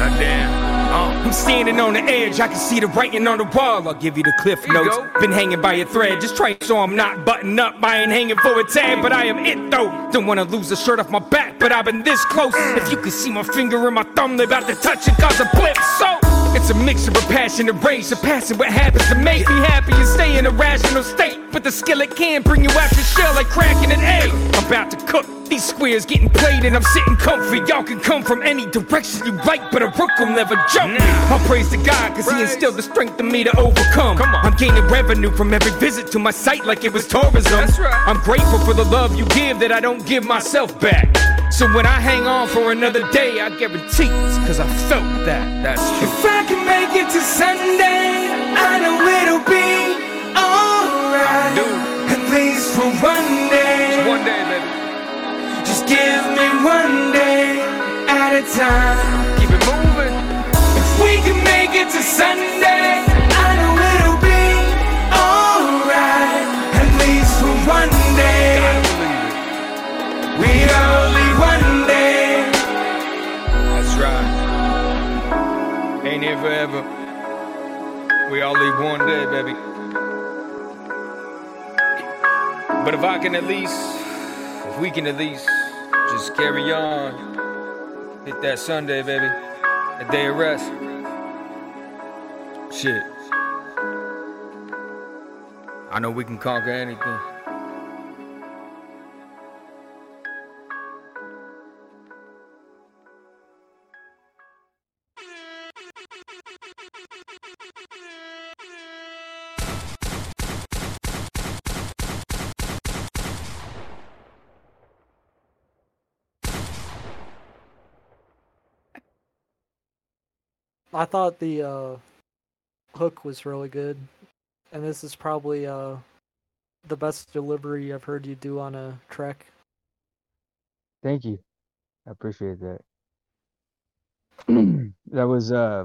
S7: I'm standing on the edge, I can see the writing on the wall. I'll give you the cliff notes. Been hanging by a thread, just trying so I'm not buttoned up. I ain't hanging for a tag, but I am it though. Don't wanna lose a shirt off my back, but I've been this close. If you could see my finger and my thumb, they about to touch and cause a blip. So it's a mixture of passion and rage, surpassing what happens to make me happy and stay in a rational state. But the skillet can bring you out your shell like cracking an egg. I'm about to cook. These squares getting played and I'm sitting comfy. Y'all can come from any direction you like, but a rook will never jump. I praise to God, cause he instilled the strength in me to overcome. I'm gaining revenue from every visit to my site like it was tourism. I'm grateful for the love you give that I don't give myself back. So when I hang on for another day, I guarantee it's cause I felt that. That's true. If I can make it to Sunday, I know it'll be alright. At least for one day. one day, baby. Just give me one day at a time. Keep it moving. If we can make it to Sunday, I know it'll be alright. At least for one day. We only one day. That's right. Ain't here forever. We all leave one day, baby. But if I can at least if we can at least just carry on Hit that Sunday, baby. A day of rest. Shit. I know we can conquer anything.
S2: I thought the uh, hook was really good, and this is probably uh, the best delivery I've heard you do on a track.
S3: Thank you. I appreciate that. that was uh,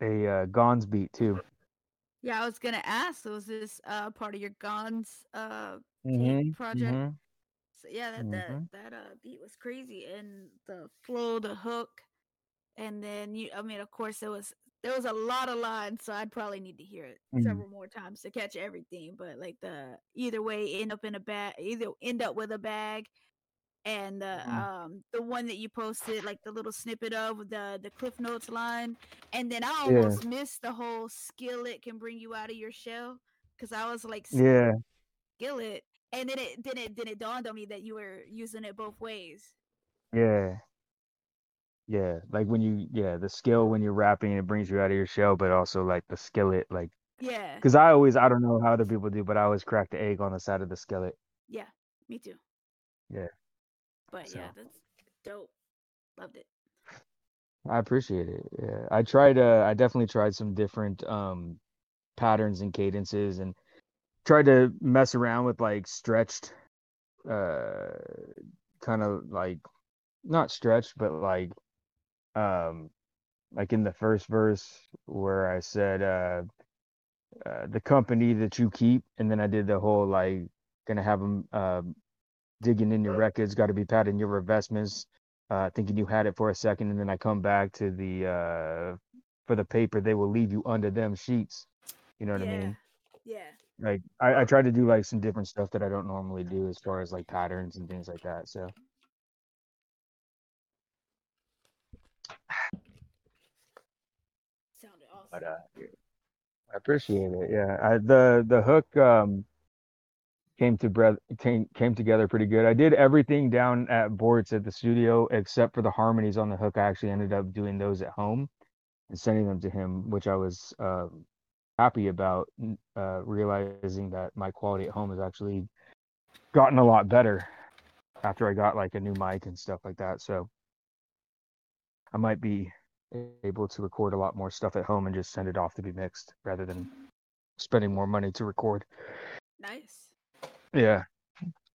S3: a uh, Gons beat too.
S1: Yeah, I was gonna ask. Was this uh part of your Gons uh
S3: Mhm,
S1: project?
S3: mhm.
S1: So yeah, that
S3: Mhm.
S1: that that uh, beat was crazy, and the flow, the hook, and then you. I mean, of course, there was there was a lot of lines, so I'd probably need to hear it
S3: Mhm.
S1: several more times to catch everything. But like the either way, end up in a bag, either end up with a bag, and the um the one that you posted, like the little snippet of the the Cliff Notes line, and then I
S3: Yeah.
S1: almost missed the whole skillet can bring you out of your shell because I was like
S3: Yeah.
S1: skillet and then it then it then it dawned on me that you were using it both ways
S3: Yeah. Yeah. Like when you, yeah, the skill when you're rapping, it brings you out of your shell, but also like the skillet, like,
S1: yeah
S3: because I always, I don't know how other people do, but I always crack the egg on the side of the skillet.
S1: yeah me too
S3: Yeah,
S1: but yeah
S3: so.
S1: that's dope loved it
S3: I appreciate it. Yeah. I tried, uh, I definitely tried some different um patterns and cadences and tried to mess around with like stretched, uh, kind of like not stretched, but like, um, like in the first verse where I said, uh, uh, the company that you keep, and then I did the whole like gonna have them um digging in your records, got to be patting your investments, uh, thinking you had it for a second, and then I come back to the uh, for the paper they will leave you under them sheets. You know what I
S1: Yeah.
S3: mean?
S1: yeah
S3: Like I, I try to do like some different stuff that I don't normally do as far as like patterns and things like that. So
S1: sounded
S3: but
S1: awesome
S3: uh, I appreciate it. Yeah, I, the the hook um came to breath came came together pretty good. I did everything down at Bort's at the studio except for the harmonies on the hook. I actually ended up doing those at home and sending them to him, which I was um, happy about n- uh, realizing that my quality at home has actually gotten a lot better after I got like a new mic and stuff like that. So I might be able to record a lot more stuff at home and just send it off to be mixed rather than spending more money to record.
S1: nice
S3: Yeah.